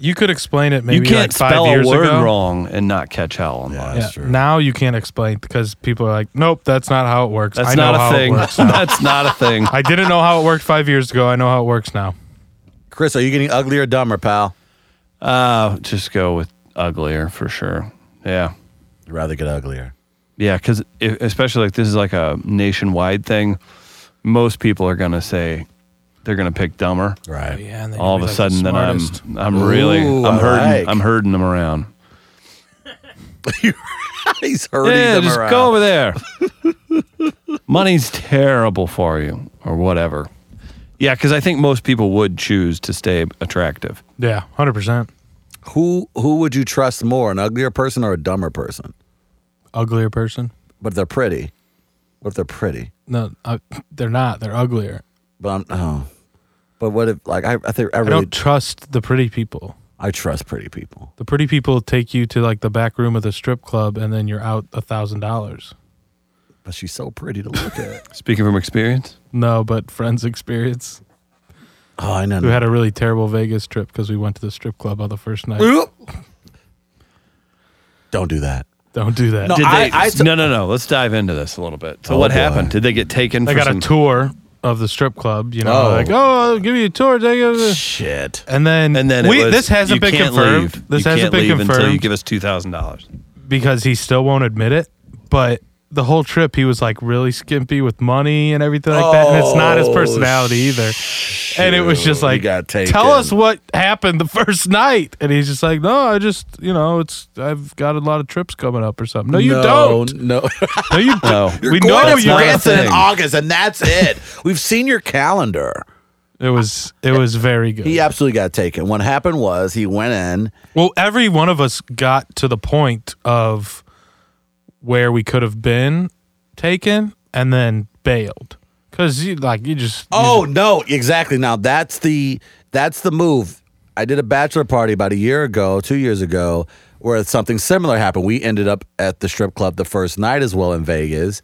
[SPEAKER 4] You could explain it
[SPEAKER 2] You
[SPEAKER 4] maybe
[SPEAKER 2] can't
[SPEAKER 4] like five
[SPEAKER 2] spell a
[SPEAKER 4] years
[SPEAKER 2] word
[SPEAKER 4] ago.
[SPEAKER 2] wrong and not catch hell online.
[SPEAKER 1] Yeah,
[SPEAKER 4] Yeah,
[SPEAKER 1] that's true.
[SPEAKER 4] now you can't explain because people are like, "Nope, that's not how it works."
[SPEAKER 2] That's
[SPEAKER 4] I know
[SPEAKER 2] not
[SPEAKER 4] how
[SPEAKER 2] a thing.
[SPEAKER 4] It works now.
[SPEAKER 2] That's not a thing.
[SPEAKER 4] I didn't know how it worked five years ago. I know how it works now.
[SPEAKER 1] Chris, are you getting uglier or dumber, pal?
[SPEAKER 2] Uh, just go with uglier for sure. Yeah.
[SPEAKER 1] I'd rather get uglier.
[SPEAKER 2] Yeah, because especially like this is like a nationwide thing. Most people are gonna say they're gonna pick dumber.
[SPEAKER 1] Right.
[SPEAKER 4] Yeah, and
[SPEAKER 2] All of a sudden, then I'm I'm really
[SPEAKER 1] Ooh,
[SPEAKER 2] I'm
[SPEAKER 1] I
[SPEAKER 2] herding
[SPEAKER 1] like.
[SPEAKER 2] I'm herding them around.
[SPEAKER 1] He's hurting
[SPEAKER 2] yeah,
[SPEAKER 1] them
[SPEAKER 2] just
[SPEAKER 1] around.
[SPEAKER 2] go over there. Money's terrible for you, or whatever. Yeah, because I think most people would choose to stay attractive.
[SPEAKER 4] yeah, hundred percent
[SPEAKER 1] Who who would you trust more, an uglier person or a dumber person?
[SPEAKER 4] uglier person.
[SPEAKER 1] But they're pretty. What if they're pretty?
[SPEAKER 4] No, I, they're not. They're uglier.
[SPEAKER 1] But I'm oh. But what if like I I think I
[SPEAKER 4] I
[SPEAKER 1] really
[SPEAKER 4] don't trust the pretty people.
[SPEAKER 1] I trust pretty people.
[SPEAKER 4] The pretty people take you to like the back room of the strip club, and then you're out a thousand dollars.
[SPEAKER 1] But she's so pretty to look at.
[SPEAKER 2] Speaking from experience,
[SPEAKER 4] No, but friends experience.
[SPEAKER 1] oh, I know.
[SPEAKER 4] We had a really terrible Vegas trip because we went to the strip club on the first night.
[SPEAKER 1] Oop. Don't do that.
[SPEAKER 4] Don't do that.
[SPEAKER 1] No,
[SPEAKER 2] did
[SPEAKER 1] I-
[SPEAKER 2] they?
[SPEAKER 1] I t-
[SPEAKER 2] no, no, no. Let's dive into this a little bit. So,
[SPEAKER 1] Oh,
[SPEAKER 2] what
[SPEAKER 1] boy.
[SPEAKER 2] happened? Did they get taken?
[SPEAKER 4] they
[SPEAKER 2] for
[SPEAKER 4] got
[SPEAKER 2] some-
[SPEAKER 4] a tour of the strip club. You know,
[SPEAKER 1] Oh.
[SPEAKER 4] like oh, I'll give you a tour. Take a-"
[SPEAKER 1] Shit.
[SPEAKER 4] And then
[SPEAKER 2] And then it
[SPEAKER 4] we,
[SPEAKER 2] was,
[SPEAKER 4] this hasn't
[SPEAKER 2] you
[SPEAKER 4] been
[SPEAKER 2] can't
[SPEAKER 4] confirmed.
[SPEAKER 2] leave.
[SPEAKER 4] This
[SPEAKER 2] You can't
[SPEAKER 4] hasn't been
[SPEAKER 2] leave until you
[SPEAKER 4] confirmed.
[SPEAKER 2] give us two thousand dollars.
[SPEAKER 4] because he still won't admit it. But the whole trip, he was like really skimpy with money and everything like that. And it's not his personality either. and it was just
[SPEAKER 1] Oh, You
[SPEAKER 4] like,
[SPEAKER 1] got taken.
[SPEAKER 4] tell us what happened the first night. And he's just like, no, I just, you know, it's I've got a lot of trips coming up or something. No, you don't.
[SPEAKER 1] No.
[SPEAKER 4] No, you
[SPEAKER 2] No.
[SPEAKER 4] don't. we
[SPEAKER 1] You're going
[SPEAKER 4] know
[SPEAKER 1] to
[SPEAKER 4] you.
[SPEAKER 1] France
[SPEAKER 2] a
[SPEAKER 1] in
[SPEAKER 2] thing.
[SPEAKER 1] August, and that's it. We've seen your calendar.
[SPEAKER 4] It was it was very good.
[SPEAKER 1] He absolutely got taken. What happened was he went in.
[SPEAKER 4] Well, every one of us got to the point of where we could have been taken and then bailed because you like you just you
[SPEAKER 1] Oh no, exactly. Now that's the that's the move. I did a bachelor party about a year ago, two years ago, where something similar happened. We ended up at the strip club the first night as well in Vegas.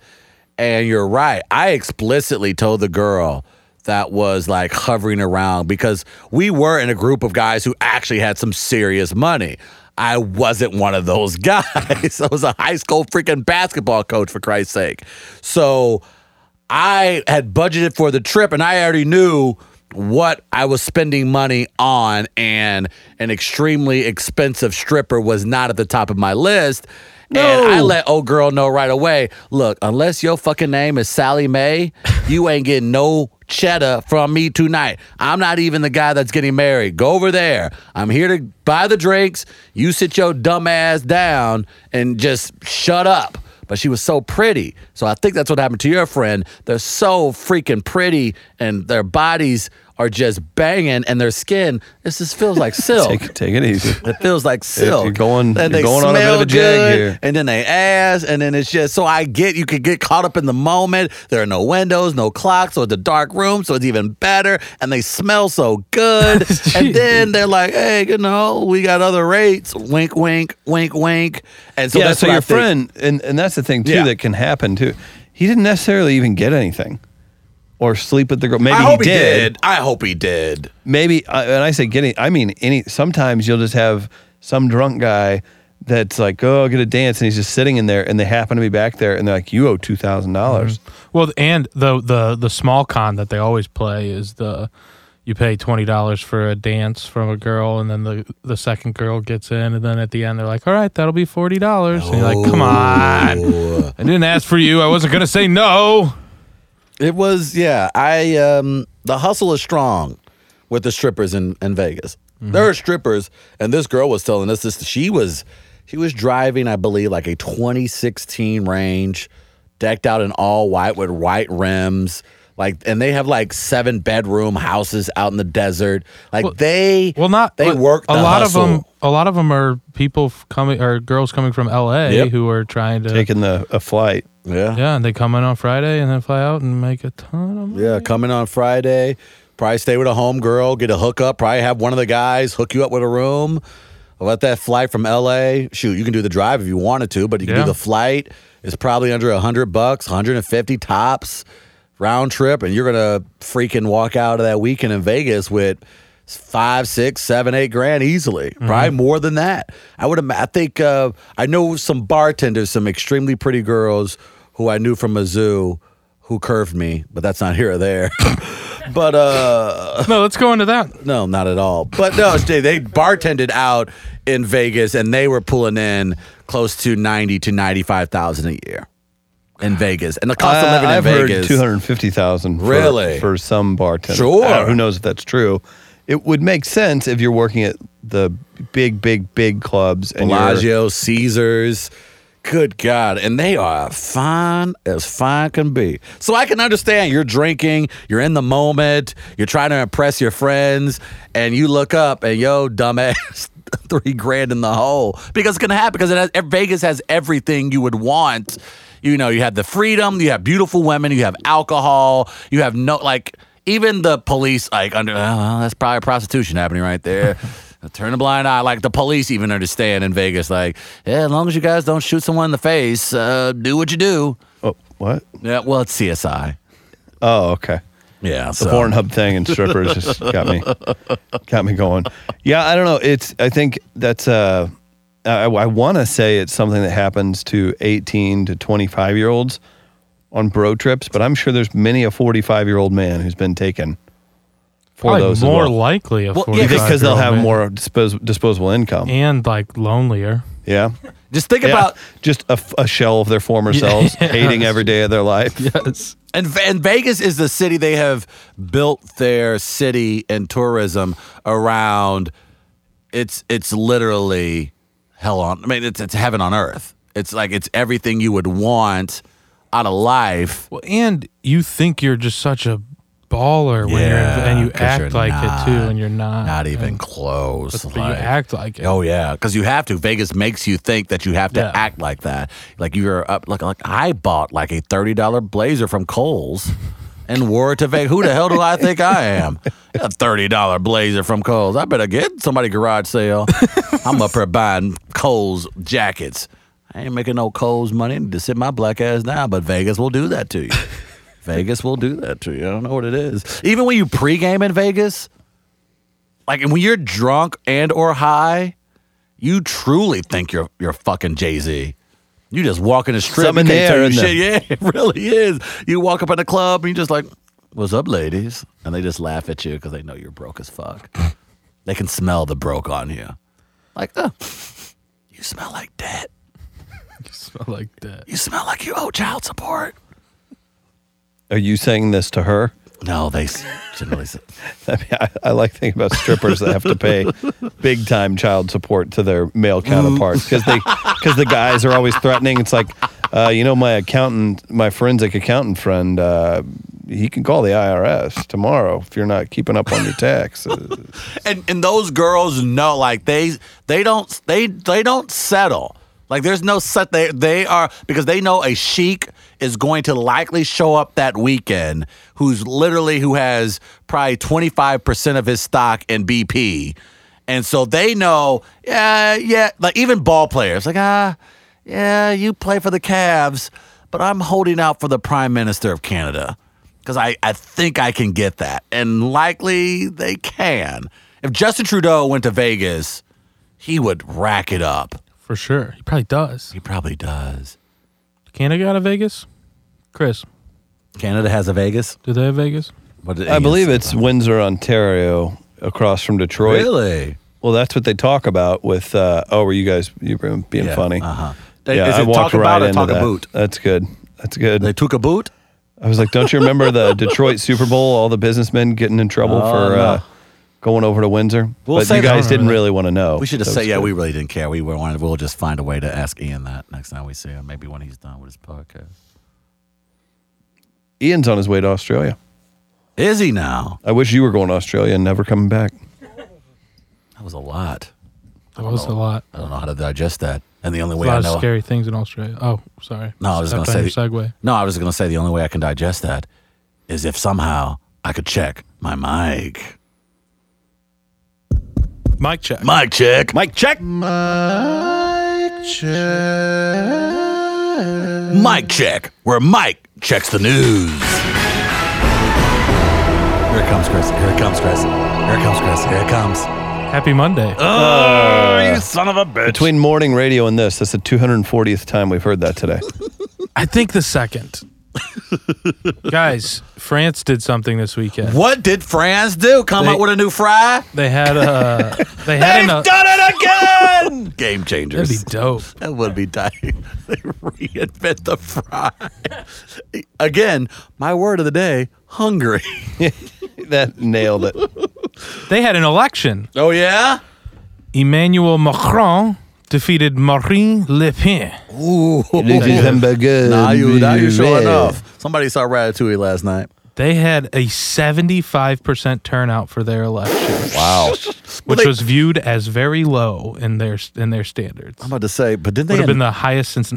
[SPEAKER 1] And you're right. I explicitly told the girl that was like hovering around because we were in a group of guys who actually had some serious money. I wasn't one of those guys. I was a high school freaking basketball coach, for Christ's sake. So I had budgeted for the trip and I already knew what I was spending money on and an extremely expensive stripper was not at the top of my list. And I let old girl know right away, look, unless your fucking name is Sally Mae, you ain't getting no cheddar from me tonight. I'm not even the guy that's getting married. Go over there. I'm here to buy the drinks. You sit your dumb ass down and just shut up but she was so pretty. So I think that's what happened to your friend. They're so freaking pretty, and their bodies are just banging, and their skin. This just feels like silk.
[SPEAKER 2] Take, take it easy.
[SPEAKER 1] It feels like silk.
[SPEAKER 2] going-
[SPEAKER 1] and
[SPEAKER 2] you're
[SPEAKER 1] they
[SPEAKER 2] going on a bit
[SPEAKER 1] smell
[SPEAKER 2] of a jig
[SPEAKER 1] good,
[SPEAKER 2] here.
[SPEAKER 1] And then they ass, and then it's just so I get you could get caught up in the moment. There are no windows, no clocks, so it's a dark room, so it's even better. And they smell so good. and then they're like, hey, you know, we got other rates. Wink, wink, wink, wink. And so
[SPEAKER 2] yeah,
[SPEAKER 1] that's
[SPEAKER 2] so
[SPEAKER 1] what I
[SPEAKER 2] your
[SPEAKER 1] think.
[SPEAKER 2] friend, and, and that's the thing too
[SPEAKER 1] Yeah.
[SPEAKER 2] that can happen too. He didn't necessarily even get anything, or sleep with the girl. Maybe
[SPEAKER 1] I hope
[SPEAKER 2] he did.
[SPEAKER 1] I hope he did.
[SPEAKER 2] Maybe I- when I say getting, I mean any. Sometimes you'll just have some drunk guy that's like, "Oh, I'll get a dance," and he's just sitting in there, and they happen to be back there, and they're like, "You owe two dollars."
[SPEAKER 1] Mm-hmm.
[SPEAKER 4] Well, and the the the small con that they always play is the you pay twenty dollars for a dance from a girl, and then the the second girl gets in, and then at the end they're like, "All right, that'll be forty dollars." And you're like, "Come on,
[SPEAKER 1] Oh.
[SPEAKER 4] I didn't ask for you. I wasn't gonna say no."
[SPEAKER 1] It was yeah. I um the hustle is strong with the strippers in in Vegas. There are strippers, and this girl was telling us this. She was she was driving, I believe, like a 2016 range, decked out in all white with white rims. Like and they have like seven bedroom houses out in the desert. Like they
[SPEAKER 4] Well, not
[SPEAKER 1] they
[SPEAKER 4] but
[SPEAKER 1] work
[SPEAKER 4] A
[SPEAKER 1] the
[SPEAKER 4] lot of them.
[SPEAKER 1] hustle.
[SPEAKER 4] A lot of them are people f- coming or girls coming from L.A.
[SPEAKER 1] Yep.
[SPEAKER 4] who are trying to
[SPEAKER 2] Taking the a flight.
[SPEAKER 1] Yeah.
[SPEAKER 4] yeah, and they come in on Friday and then fly out and make a ton of money.
[SPEAKER 1] Yeah, coming on Friday. Probably stay with a home girl, get a hookup. Probably have one of the guys hook you up with a room. Let that flight from LA. Shoot, you can do the drive if you wanted to, but you can
[SPEAKER 4] Yeah.
[SPEAKER 1] do the flight. It's probably under a hundred bucks, hundred and fifty tops, round trip, and you're gonna freaking walk out of that weekend in Vegas with five, six, seven, eight grand easily. Probably more than that. I would. ima- I think uh, I know some bartenders, some extremely pretty girls who I knew from a zoo who curved me, but that's not here or there. but uh
[SPEAKER 4] No, let's go into that.
[SPEAKER 1] no, not at all. But no, they, they bartended out in Vegas and they were pulling in close to 90 to 95,000 a year in Vegas. And the cost of
[SPEAKER 2] I-
[SPEAKER 1] living in
[SPEAKER 2] Uh, I've
[SPEAKER 1] Vegas.
[SPEAKER 2] heard two hundred fifty thousand.
[SPEAKER 1] Really?
[SPEAKER 2] for some bartenders.
[SPEAKER 1] Sure.
[SPEAKER 2] Uh, who knows if that's true? It would make sense if you're working at the big, big, big clubs and you're-
[SPEAKER 1] Bellagio, Caesars. Good God. And they are fine as fine can be. So I can understand you're drinking, you're in the moment, you're trying to impress your friends, and you look up and yo, dumbass, three grand in the hole. Because it's going to happen because it has, Vegas has everything you would want. You know, you have the freedom, you have beautiful women, you have alcohol, you have no, like, even the police, like, under, oh, well, that's probably prostitution happening right there. Turn a blind eye. Like the police even understand in Vegas. Like, yeah, as long as you guys don't shoot someone in the face, uh, do what you do.
[SPEAKER 2] Oh, what?
[SPEAKER 1] Yeah, well, it's CSI.
[SPEAKER 2] Oh, okay.
[SPEAKER 1] Yeah,
[SPEAKER 2] The Pornhub thing and strippers just got me, got me going. Yeah, I don't know. It's. I think that's. Uh, I, I want to say it's something that happens to eighteen to twenty-five year olds on bro trips, but I'm sure there's many a forty-five-year-old man who's been taken for
[SPEAKER 4] Probably
[SPEAKER 2] those. as
[SPEAKER 4] more
[SPEAKER 2] well.
[SPEAKER 4] likely, of
[SPEAKER 1] Well,
[SPEAKER 4] well,
[SPEAKER 1] yeah,
[SPEAKER 2] You think because they'll have more dispos- disposable income.
[SPEAKER 4] and like lonelier.
[SPEAKER 2] Yeah.
[SPEAKER 1] Just think
[SPEAKER 2] Yeah.
[SPEAKER 1] about
[SPEAKER 2] Just a, f- a shell of their former selves, hating every day of their life.
[SPEAKER 4] Yes.
[SPEAKER 1] And, and Vegas is the city they have built their city and tourism around. It's it's literally hell on. I mean, it's it's heaven on earth. It's like it's everything you would want out of life.
[SPEAKER 4] Well, and you think you're just such a baller when you're
[SPEAKER 1] Yeah,
[SPEAKER 4] and you
[SPEAKER 1] 'cause you're
[SPEAKER 4] act like it too,
[SPEAKER 1] not-
[SPEAKER 4] and you're not.
[SPEAKER 1] Not even
[SPEAKER 4] and-
[SPEAKER 1] close.
[SPEAKER 4] But
[SPEAKER 1] like-
[SPEAKER 4] you act like it.
[SPEAKER 1] Oh yeah, because you have to. Vegas makes you think that you have to
[SPEAKER 4] Yeah.
[SPEAKER 1] act like that. Like you're up. Like, like I bought like a thirty dollar blazer from Kohl's and wore it to Vegas. Who the hell do I think I am? A thirty dollar blazer from Kohl's. I better get somebody garage sale. I'm up here buying Kohl's jackets. I ain't making no Kohl's money to sit my black ass down. But Vegas will do that to you. Vegas will do that to you. I don't know what it is. Even when you pregame in Vegas, like and when you're drunk and or high, you truly think you're you're fucking Jay Z. You just walk in the strip,
[SPEAKER 2] Something
[SPEAKER 1] you can't
[SPEAKER 2] there,
[SPEAKER 1] tell
[SPEAKER 2] isn't
[SPEAKER 1] you shit. Yeah, it really is. You walk up in the club and you just like, "What's up, ladies?" And they just laugh at you because they know you're broke as fuck. they can smell the broke on you. Like, oh, you smell like debt.
[SPEAKER 4] Smell like that.
[SPEAKER 1] You smell like you owe child support.
[SPEAKER 2] Are you saying this to her?
[SPEAKER 1] No, they s- generally say,
[SPEAKER 2] I, mean, I, I like thinking about strippers that have to pay big time child support to their male
[SPEAKER 1] Mm.
[SPEAKER 2] counterparts because they because the guys are always threatening. It's like, uh, you know, my accountant, my forensic accountant friend, uh, he can call the IRS tomorrow if you're not keeping up on your taxes.
[SPEAKER 1] and and those girls know like they they don't they they don't settle like there's no set they they are because they know a sheik is going to likely show up that weekend who's literally who has probably 25% of his stock in BP and so they know yeah yeah like even ball players like ah yeah you play for the Cavs but I'm holding out for the prime minister of Canada because I, I think I can get that. And likely they can. If Justin Trudeau went to Vegas, he would rack it up.
[SPEAKER 4] For sure. He probably does.
[SPEAKER 1] He probably does.
[SPEAKER 4] Can I go out of Vegas? Chris,
[SPEAKER 1] Canada has a Vegas.
[SPEAKER 4] do they have Vegas?
[SPEAKER 1] What
[SPEAKER 2] I believe it's Windsor, Ontario, across from Detroit.
[SPEAKER 1] Really?
[SPEAKER 2] Well, that's what they talk about with. Uh, oh, were you guys you were being funny?
[SPEAKER 1] Uh-huh.
[SPEAKER 2] Yeah,
[SPEAKER 1] is
[SPEAKER 2] I
[SPEAKER 1] it
[SPEAKER 2] walked
[SPEAKER 1] talk about
[SPEAKER 2] right
[SPEAKER 1] or
[SPEAKER 2] into
[SPEAKER 1] talk
[SPEAKER 2] that.
[SPEAKER 1] about?
[SPEAKER 2] That's good. That's good.
[SPEAKER 1] They took a boot?
[SPEAKER 2] I was like, don't you remember the Detroit Super Bowl? All the businessmen getting in trouble for uh, going over to Windsor.
[SPEAKER 1] Oh, We'll
[SPEAKER 2] but
[SPEAKER 1] say
[SPEAKER 2] you
[SPEAKER 1] that-
[SPEAKER 2] guys didn't really want to know.
[SPEAKER 1] We should just
[SPEAKER 2] That
[SPEAKER 1] say,
[SPEAKER 2] was
[SPEAKER 1] yeah,
[SPEAKER 2] good.
[SPEAKER 1] we really didn't care. We were wanted. We'll just find a way to ask Ian that next time we see him. Maybe when he's done with his podcast.
[SPEAKER 2] Ian's on his way to Australia.
[SPEAKER 1] Is he now?
[SPEAKER 2] I wish you were going to Australia and never coming back.
[SPEAKER 1] That was a lot.
[SPEAKER 4] That was a lot.
[SPEAKER 1] I don't know how to digest that. And the only
[SPEAKER 4] A
[SPEAKER 1] way I
[SPEAKER 4] lot
[SPEAKER 1] know
[SPEAKER 4] of scary things in Australia. Oh, sorry.
[SPEAKER 1] No, I was
[SPEAKER 4] Stepped
[SPEAKER 1] gonna
[SPEAKER 4] on
[SPEAKER 1] say-
[SPEAKER 4] your segue.
[SPEAKER 1] No, I was going to say the only way I can digest that is if somehow I could check my mic.
[SPEAKER 4] Mic check.
[SPEAKER 1] Mic check.
[SPEAKER 2] Mike, check.
[SPEAKER 1] Mic check, where Mike checks the news. Here it comes, Chris. Here it comes, Chris. Here it comes, Chris. Here it comes.
[SPEAKER 4] Happy Monday.
[SPEAKER 1] Uh.
[SPEAKER 2] Between morning radio and this, that's the 240th time we've heard that today.
[SPEAKER 4] I think the second. Guys, France did something this weekend.
[SPEAKER 1] What did France do? Come
[SPEAKER 4] They-
[SPEAKER 1] up with a new fry?
[SPEAKER 4] They had a. They had
[SPEAKER 1] They've
[SPEAKER 4] an. uh,
[SPEAKER 1] done it again! Game
[SPEAKER 4] That'd be
[SPEAKER 1] changers.
[SPEAKER 4] dope.
[SPEAKER 1] That would be dying. they reinvent the fry. again, my word of the day, hungry.
[SPEAKER 2] that nailed it.
[SPEAKER 4] They had an election.
[SPEAKER 1] Oh, yeah?
[SPEAKER 4] Emmanuel Macron defeated Marine Le Pen.
[SPEAKER 1] Now you, now you showing off. Somebody saw Ratatouille last night.
[SPEAKER 4] They had a 75% turnout for their election,
[SPEAKER 1] Wow.
[SPEAKER 4] which
[SPEAKER 1] they-
[SPEAKER 4] was viewed as very low in their in their standards.
[SPEAKER 1] I'm about to say, but didn't
[SPEAKER 4] Would
[SPEAKER 1] they?
[SPEAKER 4] have been the highest since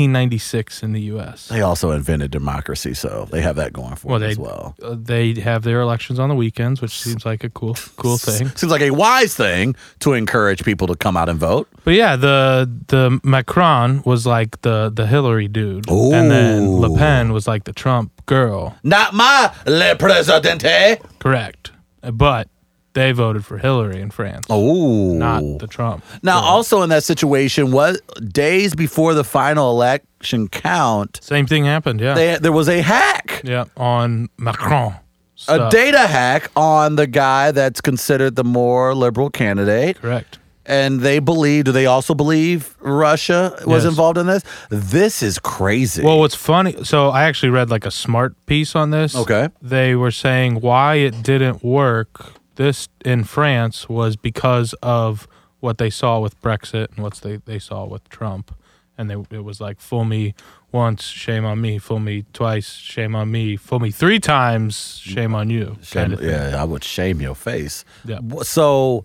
[SPEAKER 4] 1896 in the U.S.
[SPEAKER 1] they also invented democracy, so they have that going for
[SPEAKER 4] Well,
[SPEAKER 1] them
[SPEAKER 4] they
[SPEAKER 1] as well.
[SPEAKER 4] uh, they have their elections on the weekends, which seems like a cool cool thing.
[SPEAKER 1] Seems like a wise thing to encourage people to come out and vote.
[SPEAKER 4] But yeah, the the Macron was like the the Hillary dude, and then
[SPEAKER 1] Ooh.
[SPEAKER 4] Le Pen was like the Trump girl.
[SPEAKER 1] Not my le presidente.
[SPEAKER 4] Correct, Uh, but they voted for Hillary in France,
[SPEAKER 1] Ooh.
[SPEAKER 4] not the Trump.
[SPEAKER 1] Oh. now, also in that situation, was days before the final election count,
[SPEAKER 4] Same thing happened. Yeah,
[SPEAKER 1] they, there was a hack,
[SPEAKER 4] yeah, on Macron.
[SPEAKER 1] a
[SPEAKER 4] stuff.
[SPEAKER 1] data hack on the guy that's considered the more liberal candidate.
[SPEAKER 4] Correct.
[SPEAKER 1] and they believe. Do they also believe Russia was
[SPEAKER 4] Yes.
[SPEAKER 1] involved in this? This is crazy.
[SPEAKER 4] Well, what's funny? So I actually read like a smart piece on this.
[SPEAKER 1] Okay.
[SPEAKER 4] They were saying why it didn't work this in France was because of what they saw with Brexit and what they they saw with Trump, and they it was like fool me once, shame on me. Fool me twice, shame on me. Fool me three times, shame on you. kind
[SPEAKER 1] Shame-
[SPEAKER 4] of thing.
[SPEAKER 1] yeah, I would shame your face.
[SPEAKER 4] Yeah.
[SPEAKER 1] W- So,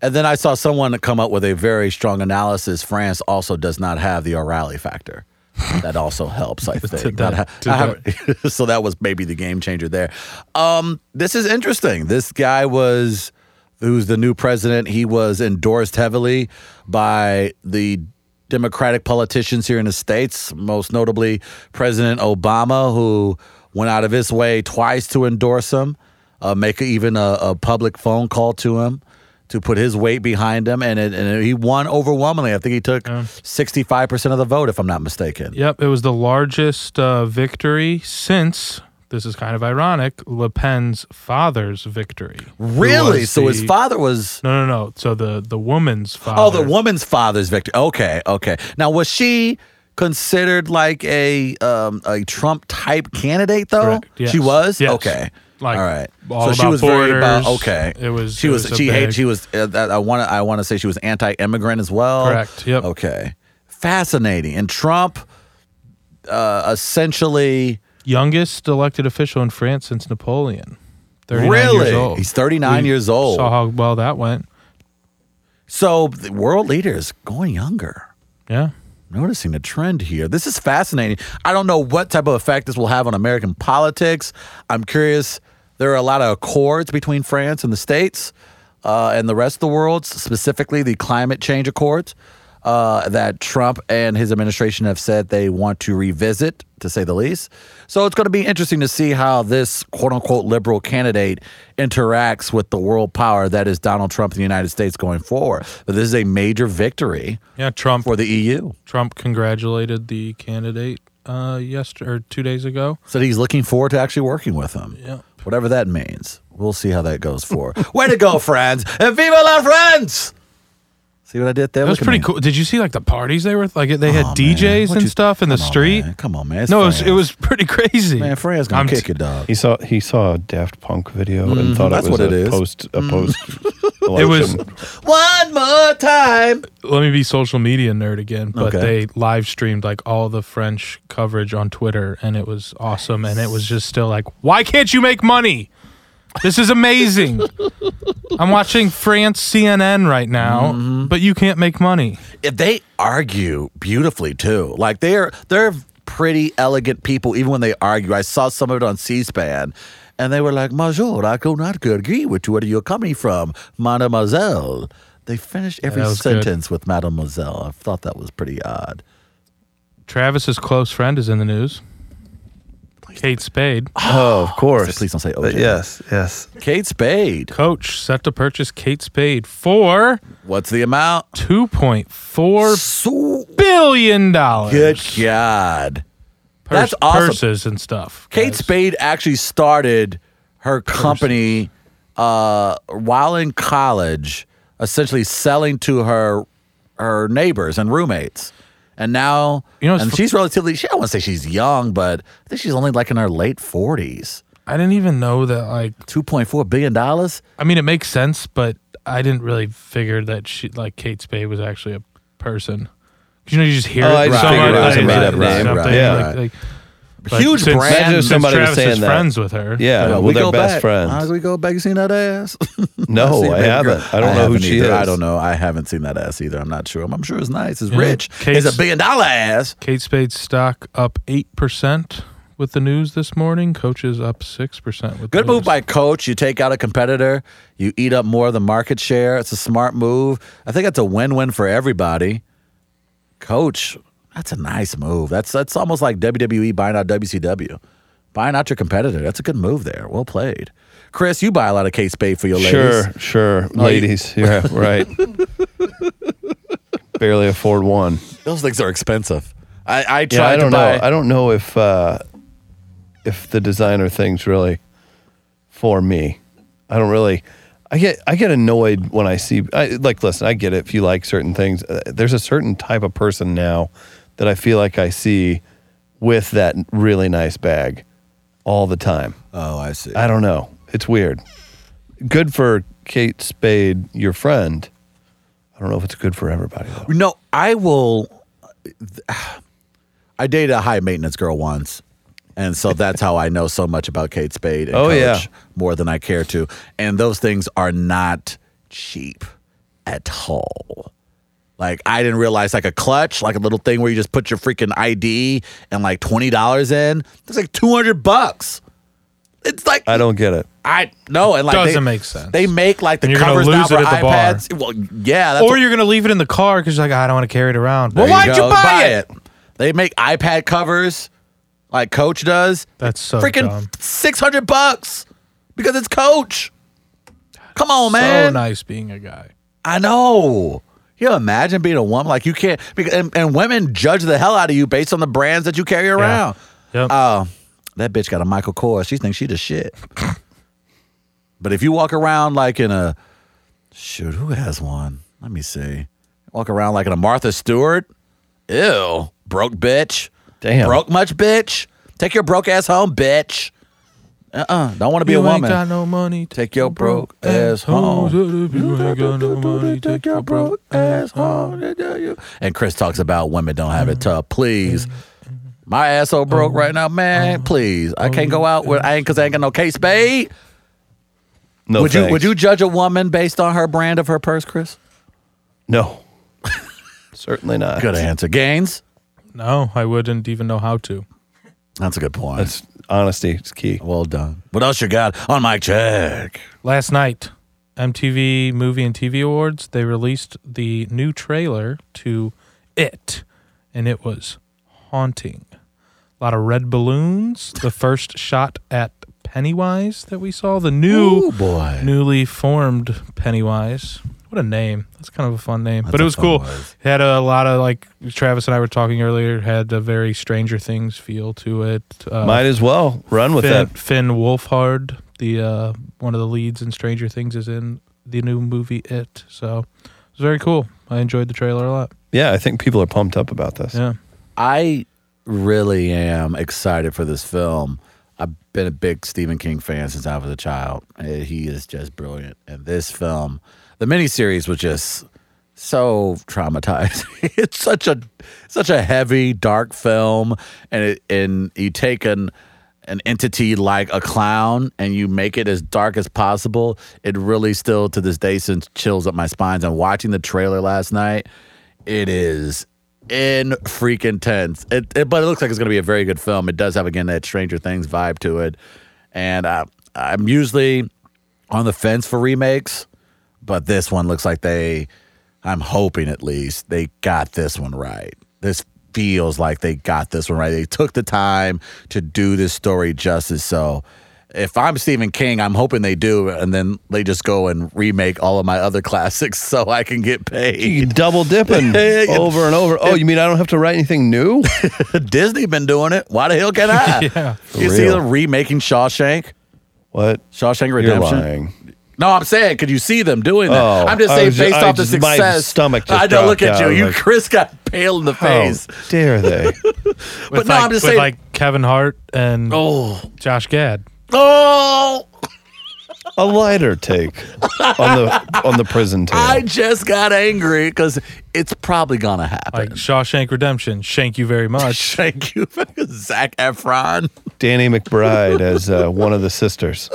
[SPEAKER 1] and then I saw someone come up with a very strong analysis. France also does not have the O'Reilly factor. That also helps, I think. Not ha-
[SPEAKER 4] to
[SPEAKER 1] I haven't- so that was maybe the game changer there. Um, this is interesting. This guy was, who's the new president, he was endorsed heavily by the Democratic politicians here in the States, most notably President Obama, who went out of his way twice to endorse him uh, make even a, a public phone call to him to put his weight behind him, and it, and he won overwhelmingly. I think he took sixty five percent of the vote, if I'm not mistaken.
[SPEAKER 4] Yep, it was the largest uh, victory since. This is kind of ironic. Le Pen's father's victory. who
[SPEAKER 1] Really?
[SPEAKER 4] was
[SPEAKER 1] So his
[SPEAKER 4] the-
[SPEAKER 1] father was.
[SPEAKER 4] No, no, no. So the the woman's father.
[SPEAKER 1] Oh, the woman's father's victor. Okay, okay. Now was she considered like a um, a Trump type candidate though?
[SPEAKER 4] Correct, yes.
[SPEAKER 1] She was.
[SPEAKER 4] Yes.
[SPEAKER 1] Okay.
[SPEAKER 4] Like,
[SPEAKER 1] all right.
[SPEAKER 4] all
[SPEAKER 1] so she
[SPEAKER 4] about
[SPEAKER 1] was very about
[SPEAKER 4] borders.
[SPEAKER 1] okay.
[SPEAKER 4] It was-
[SPEAKER 1] she
[SPEAKER 4] it
[SPEAKER 1] was,
[SPEAKER 4] was a
[SPEAKER 1] she hated
[SPEAKER 4] big-
[SPEAKER 1] she was uh, that I want to I want to say she was anti-immigrant as well.
[SPEAKER 4] Correct, yep.
[SPEAKER 1] Okay. Fascinating. And Trump uh, essentially
[SPEAKER 4] youngest elected official in France since Napoleon. 39
[SPEAKER 1] Really?
[SPEAKER 4] Years old.
[SPEAKER 1] He's 39
[SPEAKER 4] We
[SPEAKER 1] years old.
[SPEAKER 4] Saw how well that went.
[SPEAKER 1] so the world leaders going younger.
[SPEAKER 4] Yeah.
[SPEAKER 1] noticing a trend here. This is fascinating. I don't know what type of effect this will have on American politics. I'm curious. There are a lot of accords between France and the states uh, and the rest of the world, specifically the climate change accords uh, that Trump and his administration have said they want to revisit, to say the least. So it's going to be interesting to see how this quote unquote liberal candidate interacts with the world power that is Donald Trump in the United States going forward. But this is a major victory
[SPEAKER 4] Yeah. Trump.
[SPEAKER 1] for the E EU.
[SPEAKER 4] Trump congratulated the candidate uh, yesterday or two days ago.
[SPEAKER 1] So he's looking forward to actually working with him.
[SPEAKER 4] Yep.
[SPEAKER 1] Whatever that means. We'll see how that goes for. Way to go, friends. And viva la friends. See what I did there?
[SPEAKER 4] That was
[SPEAKER 1] Look at
[SPEAKER 4] pretty
[SPEAKER 1] me.
[SPEAKER 4] cool. Did you see like the parties they were like? They
[SPEAKER 1] Aw,
[SPEAKER 4] had
[SPEAKER 1] man.
[SPEAKER 4] DJs
[SPEAKER 1] What
[SPEAKER 4] and
[SPEAKER 1] you-
[SPEAKER 4] stuff in the
[SPEAKER 1] come on,
[SPEAKER 4] street.
[SPEAKER 1] man. Come on, man. It's
[SPEAKER 4] No, it was,
[SPEAKER 1] France.
[SPEAKER 4] it was pretty crazy.
[SPEAKER 1] Man, France gonna
[SPEAKER 4] I'm
[SPEAKER 1] kick
[SPEAKER 4] t-
[SPEAKER 1] it, dog.
[SPEAKER 2] He saw he saw a Daft Punk video and
[SPEAKER 1] Mm-hmm.
[SPEAKER 2] thought
[SPEAKER 1] that's
[SPEAKER 2] it was
[SPEAKER 1] what it
[SPEAKER 2] a
[SPEAKER 1] is. Mm-hmm.
[SPEAKER 2] post a post.
[SPEAKER 4] It was
[SPEAKER 2] election.
[SPEAKER 1] One more time.
[SPEAKER 4] let me be social media nerd again, but
[SPEAKER 1] Okay.
[SPEAKER 4] they live streamed like all the French coverage on Twitter and it was awesome and it was just still like, why can't you make money? This is amazing. I'm watching France CNN right now,
[SPEAKER 1] Mm-hmm.
[SPEAKER 4] but you can't make money.
[SPEAKER 1] If they argue beautifully too. Like they're they're pretty elegant people, even when they argue. I saw some of it on C SPAN. And they were like, Major, I could not agree with where you're coming from, mademoiselle. They finished every
[SPEAKER 4] that was good.
[SPEAKER 1] sentence with mademoiselle. I thought that was pretty odd.
[SPEAKER 4] Travis's close friend is in the news. Kate Spade,
[SPEAKER 2] Oh, of course.
[SPEAKER 1] Please don't say
[SPEAKER 2] But
[SPEAKER 1] OJ.
[SPEAKER 2] yes, yes.
[SPEAKER 1] Kate Spade.
[SPEAKER 4] coach set to purchase Kate Spade for
[SPEAKER 1] What's the amount?
[SPEAKER 4] $2.4
[SPEAKER 1] So
[SPEAKER 4] billion.
[SPEAKER 1] good God. That's awesome.
[SPEAKER 4] Purses and stuff.
[SPEAKER 1] Kate
[SPEAKER 4] guys.
[SPEAKER 1] Spade actually started her company uh, while in college, essentially selling to her her neighbors and roommates. And now,
[SPEAKER 4] You know, it's
[SPEAKER 1] and
[SPEAKER 4] fu-
[SPEAKER 1] she's relatively, she, I wouldn't say she's young, but I think she's only like in her late 40s.
[SPEAKER 4] I didn't even know that, like,
[SPEAKER 1] $2.4 billion?
[SPEAKER 4] I mean, it makes sense, but I didn't really figure that she, like Kate Spade, was actually a person. 'Cause, You know, you just hear
[SPEAKER 2] Oh,
[SPEAKER 4] it
[SPEAKER 2] I
[SPEAKER 4] from
[SPEAKER 2] just
[SPEAKER 4] someone,
[SPEAKER 1] figured it was a
[SPEAKER 4] like,
[SPEAKER 1] made-up
[SPEAKER 4] like,
[SPEAKER 1] name,
[SPEAKER 4] something,
[SPEAKER 1] right.
[SPEAKER 2] Yeah.
[SPEAKER 4] like- like- but
[SPEAKER 1] Huge
[SPEAKER 4] since,
[SPEAKER 1] brand. Imagine
[SPEAKER 4] Since
[SPEAKER 2] somebody was
[SPEAKER 4] Travis
[SPEAKER 2] saying
[SPEAKER 4] is
[SPEAKER 2] that.
[SPEAKER 4] friends with her.
[SPEAKER 2] Yeah, well,
[SPEAKER 1] we
[SPEAKER 2] they're
[SPEAKER 1] go
[SPEAKER 2] best
[SPEAKER 1] back. Honestly,
[SPEAKER 2] friends.
[SPEAKER 1] we go back and seen that ass.
[SPEAKER 2] No,
[SPEAKER 1] See,
[SPEAKER 2] I
[SPEAKER 1] baby
[SPEAKER 2] haven't.
[SPEAKER 1] girl.
[SPEAKER 2] I don't know who
[SPEAKER 1] haven't
[SPEAKER 2] she
[SPEAKER 1] either.
[SPEAKER 2] is.
[SPEAKER 1] I don't know. I haven't seen that ass either. I'm not sure. I'm, I'm sure it's nice. It's rich.
[SPEAKER 4] Case-
[SPEAKER 1] It's a billion dollar ass.
[SPEAKER 4] Kate Spade's stock up 8% with the news this morning. Coaches up 6% with
[SPEAKER 1] Good
[SPEAKER 4] the
[SPEAKER 1] move
[SPEAKER 4] news.
[SPEAKER 1] by coach. You take out a competitor. You eat up more of the market share. It's a smart move. I think that's a win-win for everybody. Coach, that's a nice move. That's that's almost like WWE buying out WCW. Buying out your competitor. That's a good move there. Well played. Chris, you buy a lot of Kate Spade for your ladies.
[SPEAKER 2] Sure, sure. Ladies, you're right. Barely afford one.
[SPEAKER 1] Those things are expensive. I, I tried
[SPEAKER 2] Yeah, I don't
[SPEAKER 1] to buy.
[SPEAKER 2] know. I don't know if uh, if the designer thing's really for me. I don't really. I get I get annoyed when I see I, like listen I get it if you like certain things Uh, there's a certain type of person now that I feel like I see with that really nice bag all the time
[SPEAKER 1] Oh, I see.
[SPEAKER 2] I don't know it's weird good for Kate Spade your friend I don't know if it's good for everybody though
[SPEAKER 1] No, I will. I dated a high maintenance girl once, and so that's how I know so much about Kate Spade. And
[SPEAKER 2] Oh,
[SPEAKER 1] Coach
[SPEAKER 2] yeah.
[SPEAKER 1] more than I care to, and those things are not cheap at all. Like I didn't realize like a clutch, like a little thing where you just put your freaking ID and like twenty dollars in. It's like two hundred bucks. It's like
[SPEAKER 2] I don't get it
[SPEAKER 1] I no, and like
[SPEAKER 4] Doesn't
[SPEAKER 1] they-
[SPEAKER 4] make sense.
[SPEAKER 1] They make like the
[SPEAKER 4] And you're gonna
[SPEAKER 1] covers now
[SPEAKER 4] lose
[SPEAKER 1] for
[SPEAKER 4] it at the bar.
[SPEAKER 1] iPads. Well, yeah, that's
[SPEAKER 4] or you're gonna leave it in the car because you're like, "Ah, I don't want to carry it around.
[SPEAKER 1] well,
[SPEAKER 2] There you
[SPEAKER 1] why'd you,
[SPEAKER 2] go.
[SPEAKER 1] buy,
[SPEAKER 2] Buy
[SPEAKER 1] it? They make iPad covers like Coach does.
[SPEAKER 4] That's so
[SPEAKER 1] Freaking
[SPEAKER 4] dumb.
[SPEAKER 1] 600 bucks because it's Coach. Come on,
[SPEAKER 4] So
[SPEAKER 1] man.
[SPEAKER 4] nice being a guy.
[SPEAKER 1] I know. You imagine being a woman like you can't because and, and women judge the hell out of you based on the brands that you carry around.
[SPEAKER 4] Yep.
[SPEAKER 1] Oh, that bitch got a Michael Kors. She thinks she the shit. but if you walk around like in a shoot, who has one? Let me see. Walk around like in a Martha Stewart. Ew, broke bitch.
[SPEAKER 2] Damn.
[SPEAKER 1] broke much bitch. Take your broke ass home, bitch. Uh uh-uh. uh. do not want to be
[SPEAKER 4] you
[SPEAKER 1] a
[SPEAKER 4] ain't
[SPEAKER 1] woman.
[SPEAKER 4] got no money.
[SPEAKER 1] Take your broke ass home.
[SPEAKER 4] You ain't got no money. Take your broke ass home. Mm-hmm.
[SPEAKER 1] And Chris talks about women don't have it tough. Please. My ass so broke right now, man.
[SPEAKER 4] Mm-hmm.
[SPEAKER 1] Please. I can't go out with I ain't cause I ain't got no case spade.
[SPEAKER 2] no
[SPEAKER 1] would you would
[SPEAKER 2] thanks.
[SPEAKER 1] you judge a woman based on her brand of her purse, Chris?
[SPEAKER 2] no certainly not
[SPEAKER 1] Good answer. Gaines?
[SPEAKER 4] No, I wouldn't even know how to.
[SPEAKER 1] That's a good point.
[SPEAKER 2] that's honesty it's key
[SPEAKER 1] well done. What else you got on my check?
[SPEAKER 4] Last night, MTV Movie and TV Awards, they released the new trailer to It, and it was haunting. A lot of red balloons. The first shot at Pennywise that we saw, the new
[SPEAKER 1] Ooh, boy.
[SPEAKER 4] newly formed Pennywise. What a name! That's kind of a fun name, but
[SPEAKER 1] a
[SPEAKER 4] it was
[SPEAKER 1] fun
[SPEAKER 4] cool.
[SPEAKER 1] one.
[SPEAKER 4] It had a lot of like Travis and I were talking earlier. Had a very Stranger Things feel to it. Uh,
[SPEAKER 2] might as well run with
[SPEAKER 4] Finn,
[SPEAKER 2] that
[SPEAKER 4] Finn Wolfhard, the uh, one of the leads in Stranger Things, is in the new movie It. So it's very cool. I enjoyed the trailer a lot.
[SPEAKER 2] yeah I think people are pumped up about this
[SPEAKER 4] Yeah,
[SPEAKER 1] I really am excited for this film. I've been a big Stephen King fan since I was a child. Uh, He is just brilliant. And this film, the miniseries was just so traumatizing. it's such a such a heavy, dark film, and it, and you take an an entity like a clown and you make it as dark as possible. It really still to this day sends chills up my spines. And watching the trailer last night, it is in freaking tense. It, it but it looks like it's going to be a very good film. It does have again that Stranger Things vibe to it, and uh, I'm usually on the fence for remakes, but this one looks like they. I'm hoping at least they got this one right. This feels like they got this one right. They took the time to do this story justice. So if I'm Stephen King, I'm hoping they do, and then they just go and remake all of my other classics so I can get paid.
[SPEAKER 2] You double dipping over and over. Oh, you mean I don't have to write anything new?
[SPEAKER 1] Disney been doing it. Why the hell can I?
[SPEAKER 4] Yeah.
[SPEAKER 1] you see
[SPEAKER 2] real.
[SPEAKER 1] them remaking Shawshank,
[SPEAKER 2] What?
[SPEAKER 1] Shawshank
[SPEAKER 2] You're
[SPEAKER 1] Redemption.
[SPEAKER 2] lying.
[SPEAKER 1] No, I'm saying, could you see them doing that?
[SPEAKER 2] Oh,
[SPEAKER 1] I'm just
[SPEAKER 2] I
[SPEAKER 1] saying,
[SPEAKER 2] was ju-
[SPEAKER 1] based
[SPEAKER 2] I
[SPEAKER 1] off the
[SPEAKER 2] just- my
[SPEAKER 1] success.
[SPEAKER 2] stomach just
[SPEAKER 1] I know. Look
[SPEAKER 2] dropped
[SPEAKER 1] at you.
[SPEAKER 2] out.
[SPEAKER 1] You,
[SPEAKER 2] I'm like, Oh,
[SPEAKER 1] Chris, got pale in the face.
[SPEAKER 2] How dare they?
[SPEAKER 1] But no, I'm just
[SPEAKER 4] with
[SPEAKER 1] saying.
[SPEAKER 4] like Kevin Hart and
[SPEAKER 1] oh,
[SPEAKER 4] Josh Gad.
[SPEAKER 1] oh!
[SPEAKER 2] A lighter take on the on the prison tale.
[SPEAKER 1] I just got angry because it's probably gonna happen.
[SPEAKER 4] Like Shawshank Redemption, Shank You Very Much.
[SPEAKER 1] Thank you, Zach Efron.
[SPEAKER 2] Danny McBride as uh, one of the sisters.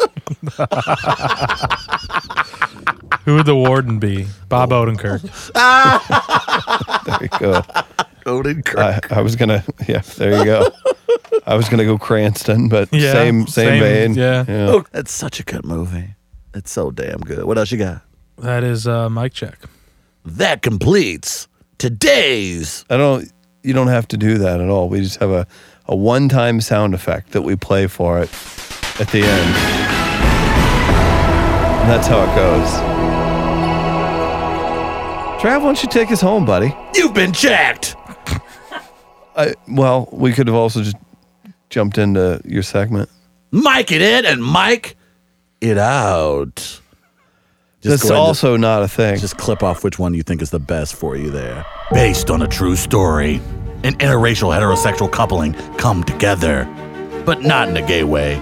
[SPEAKER 4] Who would the warden be? Bob
[SPEAKER 1] Oh.
[SPEAKER 4] Odenkirk.
[SPEAKER 2] There you go.
[SPEAKER 1] Odin Kirk.
[SPEAKER 2] I, I was gonna. Yeah, there you go. I was gonna go Cranston, but
[SPEAKER 4] Yeah,
[SPEAKER 2] same same vein.
[SPEAKER 4] same, yeah.
[SPEAKER 1] Oh, that's such a good movie. It's so damn good. What else you got?
[SPEAKER 4] That is uh, Mike Check.
[SPEAKER 1] That completes today's
[SPEAKER 2] I don't. You don't have to do that at all. We just have a a one time sound effect that we play for it at the end. And that's how it goes. Trav, why don't you take us home, buddy?
[SPEAKER 1] You've been checked.
[SPEAKER 2] I, well, we could have also just jumped into your segment.
[SPEAKER 1] Mike it in and Mike it out. Just
[SPEAKER 2] That's
[SPEAKER 1] go ahead and just-
[SPEAKER 2] also not a thing.
[SPEAKER 1] Just clip off which one you think is the best for you there. Based on a true story, an interracial heterosexual coupling come together, but not in a gay way.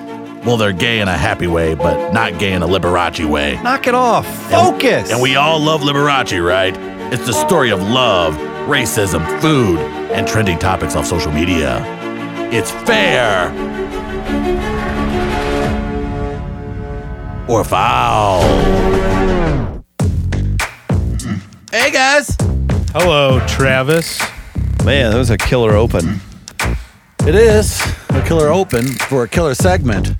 [SPEAKER 1] Well, they're gay in a happy way, but not gay in a Liberace way.
[SPEAKER 5] Knock it off.
[SPEAKER 1] Focus! And we all love Liberace, right? It's the story of love, racism, food, and trending topics off social media. It's fair! Or foul. Hey guys!
[SPEAKER 4] Hello, Travis.
[SPEAKER 2] Man, that was a killer open.
[SPEAKER 1] It is a killer open for a killer segment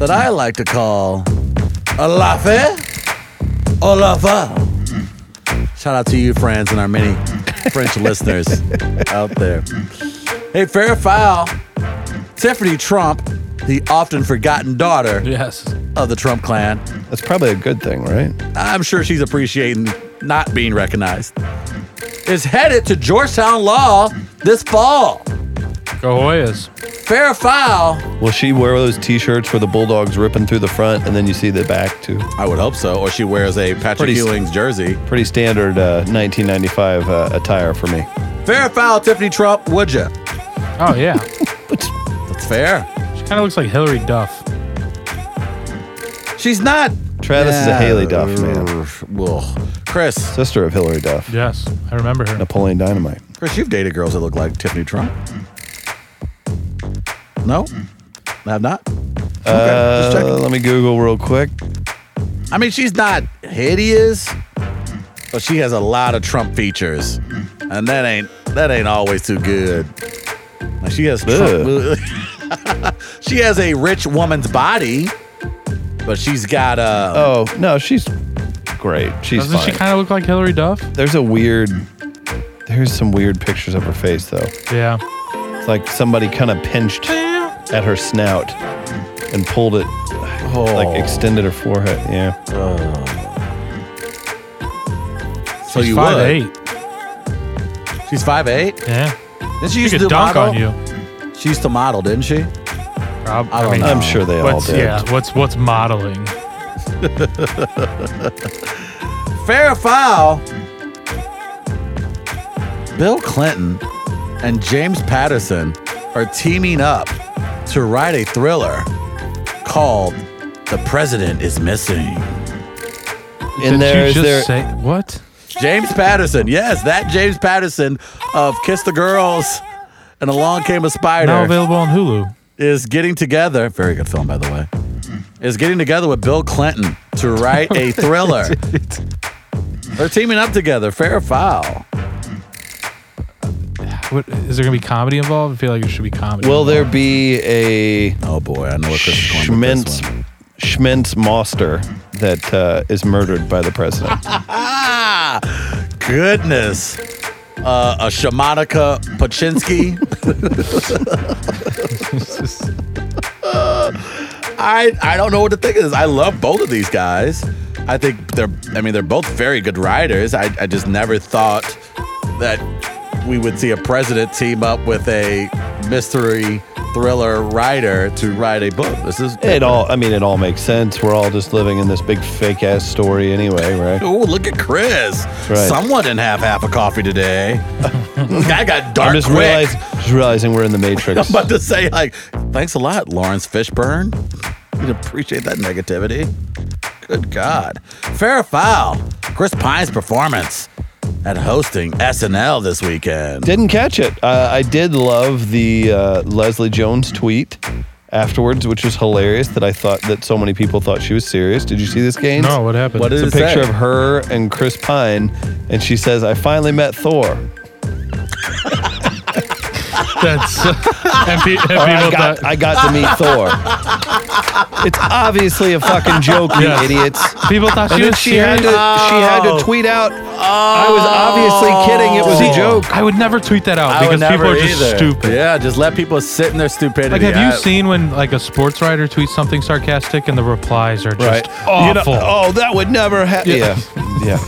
[SPEAKER 1] that I like to call Olafe Olafa. Shout out to you, friends, and our many French listeners out there. Hey, fair foul. Tiffany Trump, the often forgotten daughter
[SPEAKER 4] Yes.
[SPEAKER 1] of the Trump clan,
[SPEAKER 2] That's probably a good thing, right?
[SPEAKER 1] I'm sure she's appreciating not being recognized, is headed to Georgetown Law this fall.
[SPEAKER 4] Cahoyas.
[SPEAKER 1] Fair foul.
[SPEAKER 2] Will she wear those T-shirts where the bulldogs ripping through the front and then you see the back too?
[SPEAKER 1] I would hope so. Or she wears a Patrick
[SPEAKER 2] Pretty s-
[SPEAKER 1] Ewing's jersey.
[SPEAKER 2] Pretty standard uh, 1995 uh, attire for me.
[SPEAKER 1] Fair or foul, Tiffany Trump, would you?
[SPEAKER 4] Oh yeah.
[SPEAKER 1] That's fair.
[SPEAKER 4] she kind of looks like Hillary Duff.
[SPEAKER 1] She's not.
[SPEAKER 2] Travis is a Haley Duff man,
[SPEAKER 1] Well, Chris,
[SPEAKER 2] sister of Hillary Duff,
[SPEAKER 4] Yes, I remember her.
[SPEAKER 2] Napoleon Dynamite.
[SPEAKER 1] Chris, you've dated girls that look like Tiffany Trump. No, I have not. Okay, just
[SPEAKER 2] Uh,
[SPEAKER 1] checking.
[SPEAKER 2] let me Google real quick.
[SPEAKER 1] I mean, she's not hideous, but she has a lot of Trump features, and that ain't that ain't always too good. Like she has Trump, she has a rich woman's body, but she's got uh, a
[SPEAKER 2] Oh no, she's great. She's
[SPEAKER 4] Doesn't she
[SPEAKER 2] fine.
[SPEAKER 4] kind of look like Hillary Duff?
[SPEAKER 2] There's a weird. There's some weird pictures of her face though.
[SPEAKER 4] Yeah.
[SPEAKER 2] It's like somebody kind of pinched at her snout and pulled it, like extended her forehead. Yeah.
[SPEAKER 1] so
[SPEAKER 4] She's
[SPEAKER 1] you
[SPEAKER 4] five
[SPEAKER 1] would.
[SPEAKER 4] eight.
[SPEAKER 1] She's five eight.
[SPEAKER 4] Yeah.
[SPEAKER 1] Did she
[SPEAKER 4] She
[SPEAKER 1] used to
[SPEAKER 4] could dunk
[SPEAKER 1] model?
[SPEAKER 4] on you.
[SPEAKER 1] She used to model, didn't she?
[SPEAKER 4] Prob-
[SPEAKER 1] I don't know.
[SPEAKER 2] I'm sure they all
[SPEAKER 4] What's
[SPEAKER 2] did.
[SPEAKER 4] yeah? What's what's modeling?
[SPEAKER 1] Fair or foul. Bill Clinton and James Patterson are teaming up to write a thriller called "The President Is Missing."
[SPEAKER 2] In
[SPEAKER 4] Did
[SPEAKER 2] there
[SPEAKER 4] you
[SPEAKER 2] is
[SPEAKER 4] just
[SPEAKER 2] there
[SPEAKER 4] say what?
[SPEAKER 1] James Patterson, yes, that James Patterson of Kiss the Girls and Along Came a Spider.
[SPEAKER 4] Now available on Hulu.
[SPEAKER 1] is getting together. Very good film, by the way. Is getting together with Bill Clinton to write a thriller. They're teaming up together. Fair or foul?
[SPEAKER 4] What is there gonna be comedy involved? I feel like it should be comedy.
[SPEAKER 2] will there be a
[SPEAKER 1] Oh boy, I know what Chris is going with this
[SPEAKER 2] Schmintz
[SPEAKER 1] one.
[SPEAKER 2] Schmintz Moster that uh, is murdered by the president?
[SPEAKER 1] Ah, goodness. Uh, a shamanica Pachinsky. I I don't know what to think of this. I love both of these guys. I think they're I mean they're both very good riders. I, I just never thought that we would see a president team up with a mystery thriller writer to write a book. This is
[SPEAKER 2] it all. I mean, it all makes sense. We're all just living in this big fake ass story anyway, right?
[SPEAKER 1] Oh, look at Chris.
[SPEAKER 2] right.
[SPEAKER 1] Someone didn't have half a coffee today. This guy got dark
[SPEAKER 2] I'm just
[SPEAKER 1] quick.
[SPEAKER 2] realizing, just realizing we're in the matrix.
[SPEAKER 1] I'm about to say, like, thanks a lot, Lawrence Fishburne. We'd appreciate that negativity. Good God. Fair or foul. Chris Pine's performance at hosting SNL this weekend.
[SPEAKER 2] Didn't catch it. Uh, I did love the uh, Leslie Jones tweet afterwards, which was hilarious. That I thought that so many people thought she was serious. Did you see this, Gaines?
[SPEAKER 4] No, what happened?
[SPEAKER 1] What
[SPEAKER 2] It's
[SPEAKER 1] did
[SPEAKER 2] a
[SPEAKER 1] it
[SPEAKER 2] picture
[SPEAKER 1] say?
[SPEAKER 2] of her and Chris Pine, and she says, "I finally met Thor."
[SPEAKER 4] That's and, pe- and people
[SPEAKER 2] Or, Oh, I
[SPEAKER 4] thought-
[SPEAKER 2] got, I got to meet Thor. It's obviously a fucking joke, you
[SPEAKER 4] Yes.
[SPEAKER 2] idiots.
[SPEAKER 4] people thought
[SPEAKER 2] And
[SPEAKER 4] she
[SPEAKER 2] then
[SPEAKER 4] was
[SPEAKER 2] she had
[SPEAKER 4] serious.
[SPEAKER 2] to, she had to tweet out, Oh. "I was obviously kidding. It was a joke."
[SPEAKER 4] I would never tweet that out
[SPEAKER 1] I would
[SPEAKER 4] because people
[SPEAKER 1] never
[SPEAKER 4] are just
[SPEAKER 1] either.
[SPEAKER 4] stupid.
[SPEAKER 1] Yeah, just let people sit in their stupidity.
[SPEAKER 4] Like, have
[SPEAKER 1] I-
[SPEAKER 4] you seen when like a sports writer tweets something sarcastic and the replies are just
[SPEAKER 2] You know,
[SPEAKER 4] awful?
[SPEAKER 2] oh, that would never happen. Yeah.
[SPEAKER 4] Yeah.
[SPEAKER 2] Yeah.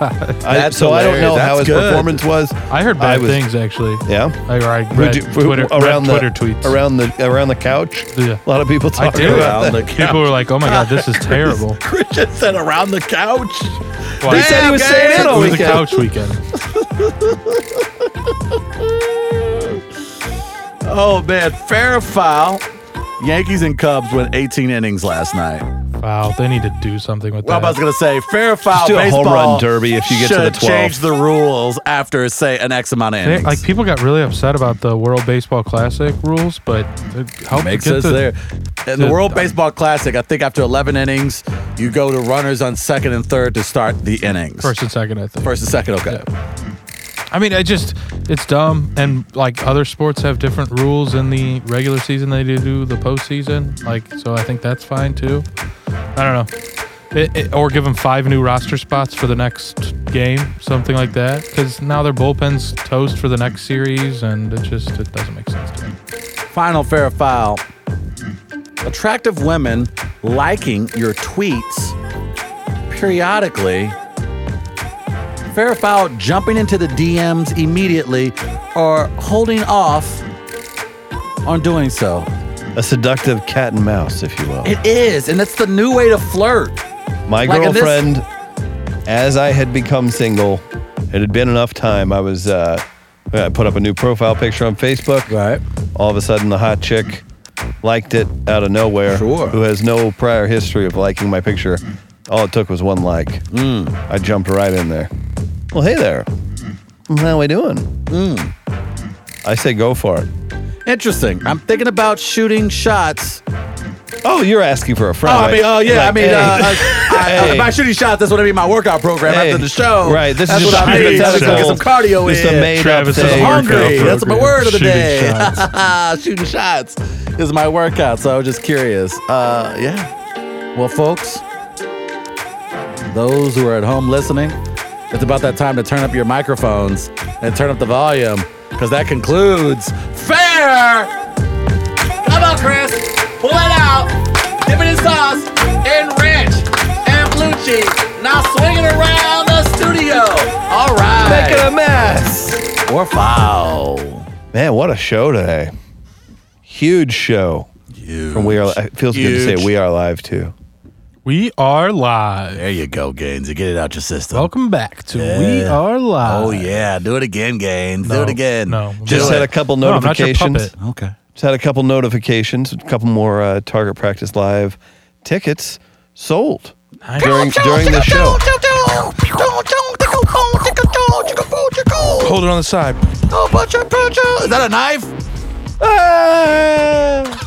[SPEAKER 2] I,
[SPEAKER 1] That's
[SPEAKER 2] so I don't
[SPEAKER 1] hilarious.
[SPEAKER 2] know how
[SPEAKER 1] That's
[SPEAKER 2] his
[SPEAKER 1] good.
[SPEAKER 2] performance was.
[SPEAKER 4] I heard
[SPEAKER 2] I
[SPEAKER 4] bad
[SPEAKER 2] was-
[SPEAKER 4] things actually.
[SPEAKER 2] Yeah.
[SPEAKER 4] I, I read
[SPEAKER 2] Would you-
[SPEAKER 4] Twitter
[SPEAKER 2] around around the
[SPEAKER 4] Twitter tweets.
[SPEAKER 2] around the around the couch.
[SPEAKER 4] Yeah.
[SPEAKER 2] A lot of people
[SPEAKER 4] I
[SPEAKER 2] talk
[SPEAKER 4] did.
[SPEAKER 2] about that.
[SPEAKER 4] People were like, "Oh my god, this is terrible."
[SPEAKER 1] Christian said around the couch.
[SPEAKER 4] Why-
[SPEAKER 2] They said he was staying in
[SPEAKER 4] it
[SPEAKER 2] all
[SPEAKER 4] was a
[SPEAKER 2] weekend.
[SPEAKER 4] couch weekend.
[SPEAKER 1] Oh man, fair foul. Yankees and Cubs went 18 innings last night.
[SPEAKER 4] Wow, they need to do something with
[SPEAKER 1] Well, I
[SPEAKER 4] that.
[SPEAKER 1] was gonna say fair foul.
[SPEAKER 2] Just do a home
[SPEAKER 1] baseball
[SPEAKER 2] run derby if you get to the
[SPEAKER 1] should
[SPEAKER 2] 12.
[SPEAKER 1] Change the rules after say an X amount of
[SPEAKER 4] They-
[SPEAKER 1] innings.
[SPEAKER 4] like people got really upset about the World Baseball Classic rules, but it helped
[SPEAKER 1] makes
[SPEAKER 4] get
[SPEAKER 1] us
[SPEAKER 4] the-
[SPEAKER 1] there. In the
[SPEAKER 4] to-
[SPEAKER 1] World Baseball Classic, I think after 11 innings, you go to runners on second and third to start the innings.
[SPEAKER 4] first and second. I think.
[SPEAKER 1] First and second, okay.
[SPEAKER 4] I mean, I just it's dumb, and like other sports have different rules in the regular season than they do the postseason. Like, so I think that's fine too. I don't know. It, it- or give them five new roster spots for the next game, something like that. Because now their bullpen's toast for the next series, and it just it doesn't make sense to me.
[SPEAKER 1] Final fair foul. Attractive women liking your tweets periodically. Fair foul jumping into the DMs immediately or holding off on doing so.
[SPEAKER 2] A seductive cat and mouse, if you will.
[SPEAKER 1] It is, and that's the new way to flirt.
[SPEAKER 2] My
[SPEAKER 1] Like in this-
[SPEAKER 2] girlfriend, as I had become single, it had been enough time. I was, uh, I put up a new profile picture on Facebook.
[SPEAKER 1] Right.
[SPEAKER 2] All of a sudden, the hot chick liked it out of nowhere.
[SPEAKER 1] Sure.
[SPEAKER 2] Who has no prior history of liking my picture. All it took was one like.
[SPEAKER 1] Mm.
[SPEAKER 2] I jumped right in there. Well, hey there. How we doing?
[SPEAKER 1] Mm.
[SPEAKER 2] I say go for it.
[SPEAKER 1] Interesting. I'm thinking about shooting shots.
[SPEAKER 2] Oh, you're asking for a friend.
[SPEAKER 1] Oh, I mean, oh yeah, I
[SPEAKER 2] Like,
[SPEAKER 1] mean,
[SPEAKER 2] hey.
[SPEAKER 1] uh, I, I,
[SPEAKER 2] Hey.
[SPEAKER 1] by shooting shots, that's what I mean. My workout program
[SPEAKER 2] Hey.
[SPEAKER 1] after the show.
[SPEAKER 2] Right, this is
[SPEAKER 1] that's
[SPEAKER 2] just
[SPEAKER 1] what I mean.
[SPEAKER 4] made-up
[SPEAKER 1] That's
[SPEAKER 4] show.
[SPEAKER 1] Get some cardio
[SPEAKER 2] Just
[SPEAKER 1] in.
[SPEAKER 2] a made
[SPEAKER 4] Travis
[SPEAKER 2] up
[SPEAKER 4] is
[SPEAKER 2] thing.
[SPEAKER 4] a
[SPEAKER 1] hungry.
[SPEAKER 4] workout
[SPEAKER 1] That's my
[SPEAKER 4] program.
[SPEAKER 1] word of the
[SPEAKER 4] Shooting
[SPEAKER 1] day. Shooting shots is my workout. So I was just curious. Uh, yeah. Well, folks, those who are at home listening, it's about that time to turn up your microphones and turn up the volume because that concludes fair. Come on, Chris. Pull it out. Dip it in sauce and ranch and blue cheese. Now swing it around the studio. All right.
[SPEAKER 2] Making a mess.
[SPEAKER 1] Or foul.
[SPEAKER 2] Man, what a show today. Huge show. From we are it feels good to
[SPEAKER 1] Huge.
[SPEAKER 2] say we are live too.
[SPEAKER 4] We are live.
[SPEAKER 1] There you go, Gaines. You get it out your system.
[SPEAKER 4] Welcome back to We
[SPEAKER 1] Yeah.
[SPEAKER 4] Are Live.
[SPEAKER 1] Oh yeah, do it again, Gaines. do
[SPEAKER 4] uh, No,
[SPEAKER 1] it again.
[SPEAKER 4] no.
[SPEAKER 1] Do
[SPEAKER 2] Just
[SPEAKER 1] it.
[SPEAKER 2] had a couple
[SPEAKER 4] No, I'm not your
[SPEAKER 2] notifications.
[SPEAKER 4] puppet.
[SPEAKER 1] okay.
[SPEAKER 2] Just had a couple notifications, a couple more uh, Target Practice Live tickets sold during during the show.
[SPEAKER 4] Hold it on the side.
[SPEAKER 1] Oh, butcher, butcher. Is that a knife?
[SPEAKER 2] Ah.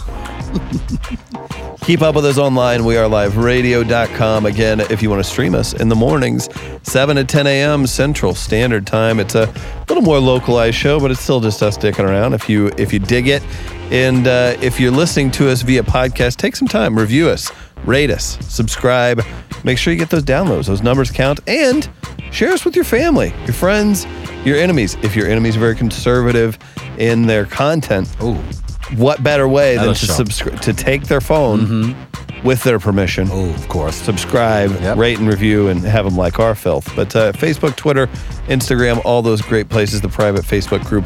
[SPEAKER 2] Keep up with us online. We are live radio.com. Again, if you want to stream us in the mornings, 7 to 10 a.m. Central Standard Time. It's a little more localized show, but it's still just us dicking around. If you if you dig it, and uh, if you're listening to us via podcast, take some time, review us, rate us, subscribe. Make sure you get those downloads. Those numbers count. And share us with your family, your friends, your enemies. If your enemies are very conservative in their content,
[SPEAKER 1] Ooh.
[SPEAKER 2] what better way
[SPEAKER 1] That'll
[SPEAKER 2] than to
[SPEAKER 1] show. Mm-hmm.
[SPEAKER 2] subscribe to take their phone with their permission
[SPEAKER 1] Oh, of course.
[SPEAKER 2] subscribe
[SPEAKER 1] Yep.
[SPEAKER 2] rate and review and have them like our filth but uh, facebook twitter instagram all those great places the private facebook group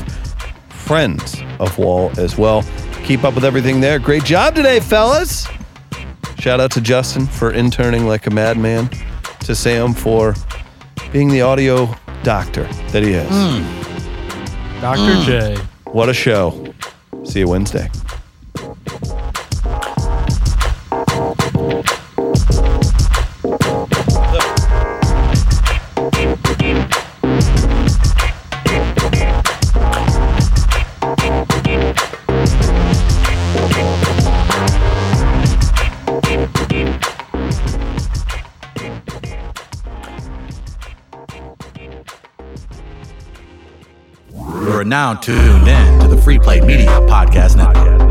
[SPEAKER 2] friends of wall as well keep up with everything there great job today fellas shout out to justin for interning like a madman to sam for being the audio doctor that he is
[SPEAKER 1] Mm.
[SPEAKER 4] Dr. J.
[SPEAKER 2] what a show see you wednesday
[SPEAKER 1] You're now tuned in to the Free Play Media Podcast Network.